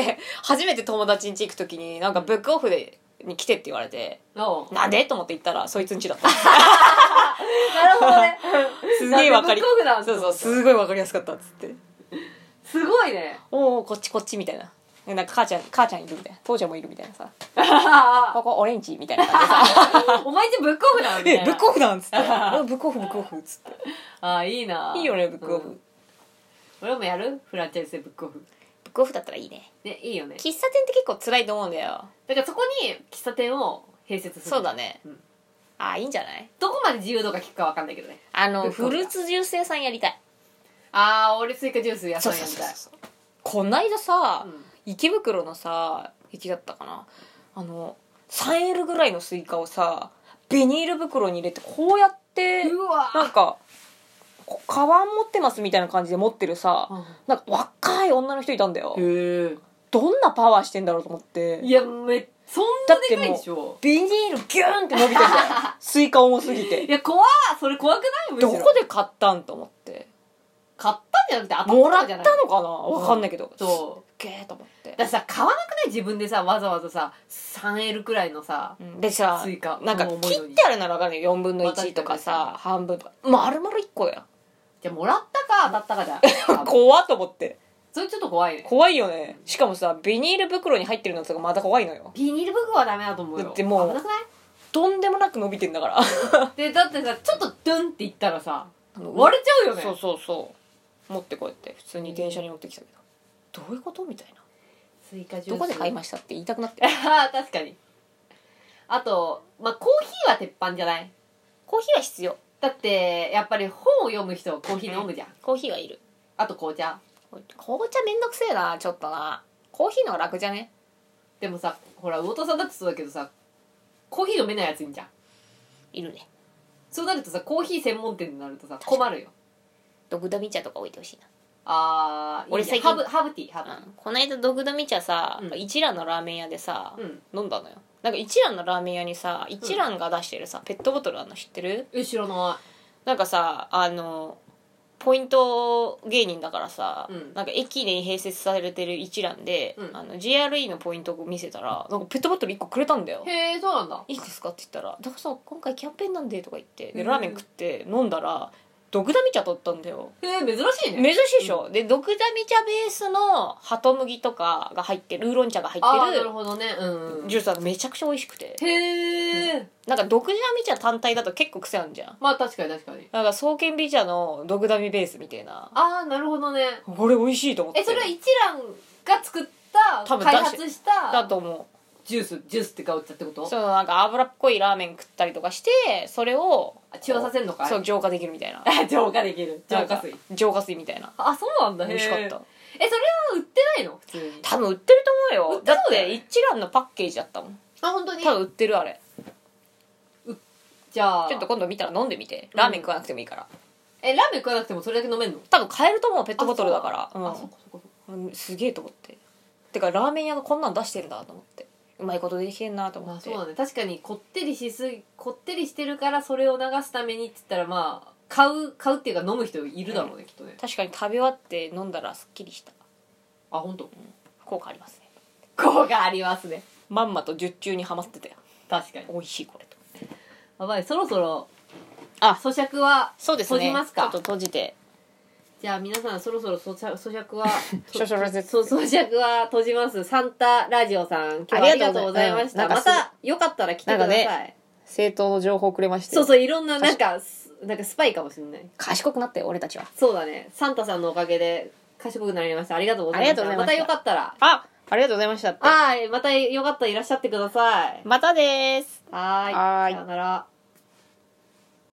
で初めて友達ん家行く時になんかブックオフでに来てって言われておうなんでと思って行ったらそいつん家だったなるほ どね。すげえわかりブックオフだそうそうすごいわかりやすかったっつってすご いね。おおこっちこっちみたいななんか母ちゃん母ちゃんいるみたいな父ちゃんもいるみたいなさここオレンジみたいな感じでさお前んちブックオフな んえで。ブックオフなんっつって うんブックオフブックオフっつってああ、いいな。いいよねブックオフ、うん俺もやるフランチャイズでブックオフ。ブックオフだったらいいねね、いいよね。喫茶店って結構辛いと思うんだよだからそこに喫茶店を併設する。そうだ。ね、うんああいいんじゃないどこまで自由度が効くかわかんないけどね。あブのックオフフだルーツジュース屋さんやりたいああ、俺スイカジュース野菜やみたい。そうこないださ、うん池袋のさ駅だったかなあの 3L ぐらいのスイカをさビニール袋に入れてこうやってうわなんかこうカバン持ってますみたいな感じで持ってるさなんか若い女の人いたんだよへえ。どんなパワーしてんだろうと思っていや、め、そんなでかいでしょ。ビニールギューンって伸び てるじゃんスイカ重すぎいてや、怖っそれ怖くないむしどろこで買ったんと思って買ったんじゃなくて当たもらったんっじたゃのないかなわかんないけどそう。すっげえと思ってだからさ、買わなくない自分でさ、わざわざさ、3L くらいのさ、うんでさスイカなんかもう重い切のにってあるならわかるよ4分の1とかさ半分とか丸々1個やじゃあもらったか当たったかじ ゃん。怖っと思ってそれちょっと怖いね。怖いよねしかもさビニール袋に入ってるのとかまた怖いのよビニール袋はダメだと思うよ。だってもう危なくないとんでもなく伸びてんだから で、だってさ、ちょっとドゥンっていったらさ、割割れちゃうよね。そうそうそう持ってこうやって普通に電車に持ってきたけどどういうことみたいなスイカジュース。どこで買いましたって言いたくなってあー 確かに。あと、まあ、コーヒーは鉄板じゃないコーヒーは必要だって、やっぱり本を読む人はコーヒー飲むじゃん。コーヒーはいるあと紅茶。紅茶めんどくせえなちょっとなコーヒーの方が楽じゃねでもさ、ほら、魚田さんだってそうだけどさ、コーヒー飲めないやついんじゃん。いるねそうなるとさ、コーヒー専門店になるとさ、困るよ。ドグダミ茶とか置いてほしいなあー、いいね俺最近ハーブ、ハーブティー、ハーブ。うんこの間ドグダミ茶さ、うん一蘭のラーメン屋でさ、うん。飲んだのよなんか一蘭のラーメン屋にさ一蘭が出してるさ、ペットボトルあるの知ってるえ、知らななんかさあのポイント芸人だからさ、うんなんか駅に併設されてる一覧で、うんあの JRE のポイントを見せたらなんかペットボトル1個くれたんだよい。へー、そうなんだ。いいですかって言ったら「だからさ今回キャンペーンなんで」とか言ってでうんラーメン食って飲んだら毒ダミ茶取ったんだよへー、珍しいね。珍しいでしょ、で毒ダミ茶ベースのハトムギとかが入ってるウーロン茶が入あっあーてなるるほどねうんジュースがめちゃくちゃ美味しくてへえなんか毒ダミ茶単体だと結構癖あるじゃんまあ確かに確かになんか双剣美茶の毒ダミベースみたいなああなるほどねこれ美味しいと思ってえそれは一蘭が作った多分開発しだたと思ジュースジュースってかお茶ってことうそうなんか脂っこいラーメン食ったりとかしてそれをあ中和させんのかい そう浄化できるみたいな浄化できる浄化水なんか浄化水みたいなあそうなんだ美味しかったえそれは売ってないの普通に多分売ってると思うよ売ってだそうっだよてね一蘭のパッケージだったもんあ本当に多分売ってるあれじゃあちょっと今度見たら飲んでみてラーメン食わなくてもいいから、えラーメン食わなくてもそれだけ飲めんの多分買えると思うペットボトルだからあそっかそっかうんうんすげえと思っててかラーメン屋がこんなん出してるんだと思ってうまいことできてんなと思まあって、そうだね確かにこってりしすぎこってりしてるからそれを流すためにって言ったらまあ買う買うっていうか飲む人いるだろうね、きっとね確かに食べ終わって飲んだらすっきりしたあ本当。効果ありますね効果ありますねまんまと術中にはまってたよ確かに美味しいこれとやばいそろそろあ咀嚼はそうですね閉じますかちょっと閉じてじゃあ皆さんそろそろ咀嚼咀嚼は少々ずつ そう咀嚼は閉じますサンタラジオさん今日はあありりががととううごござざいいままし、したたまたよかったら来てください、なん正当の情報くれましてそうそういろんななんかすなんかスパイかもしれない賢くなって俺たちはそうだねサンタさんのおかげで賢くなりましたありがとうございましたありがとうございましたたよかったらあありがとうございましたってはいまたよかったらいらっしゃってくださいまたですはーいはーいさよなら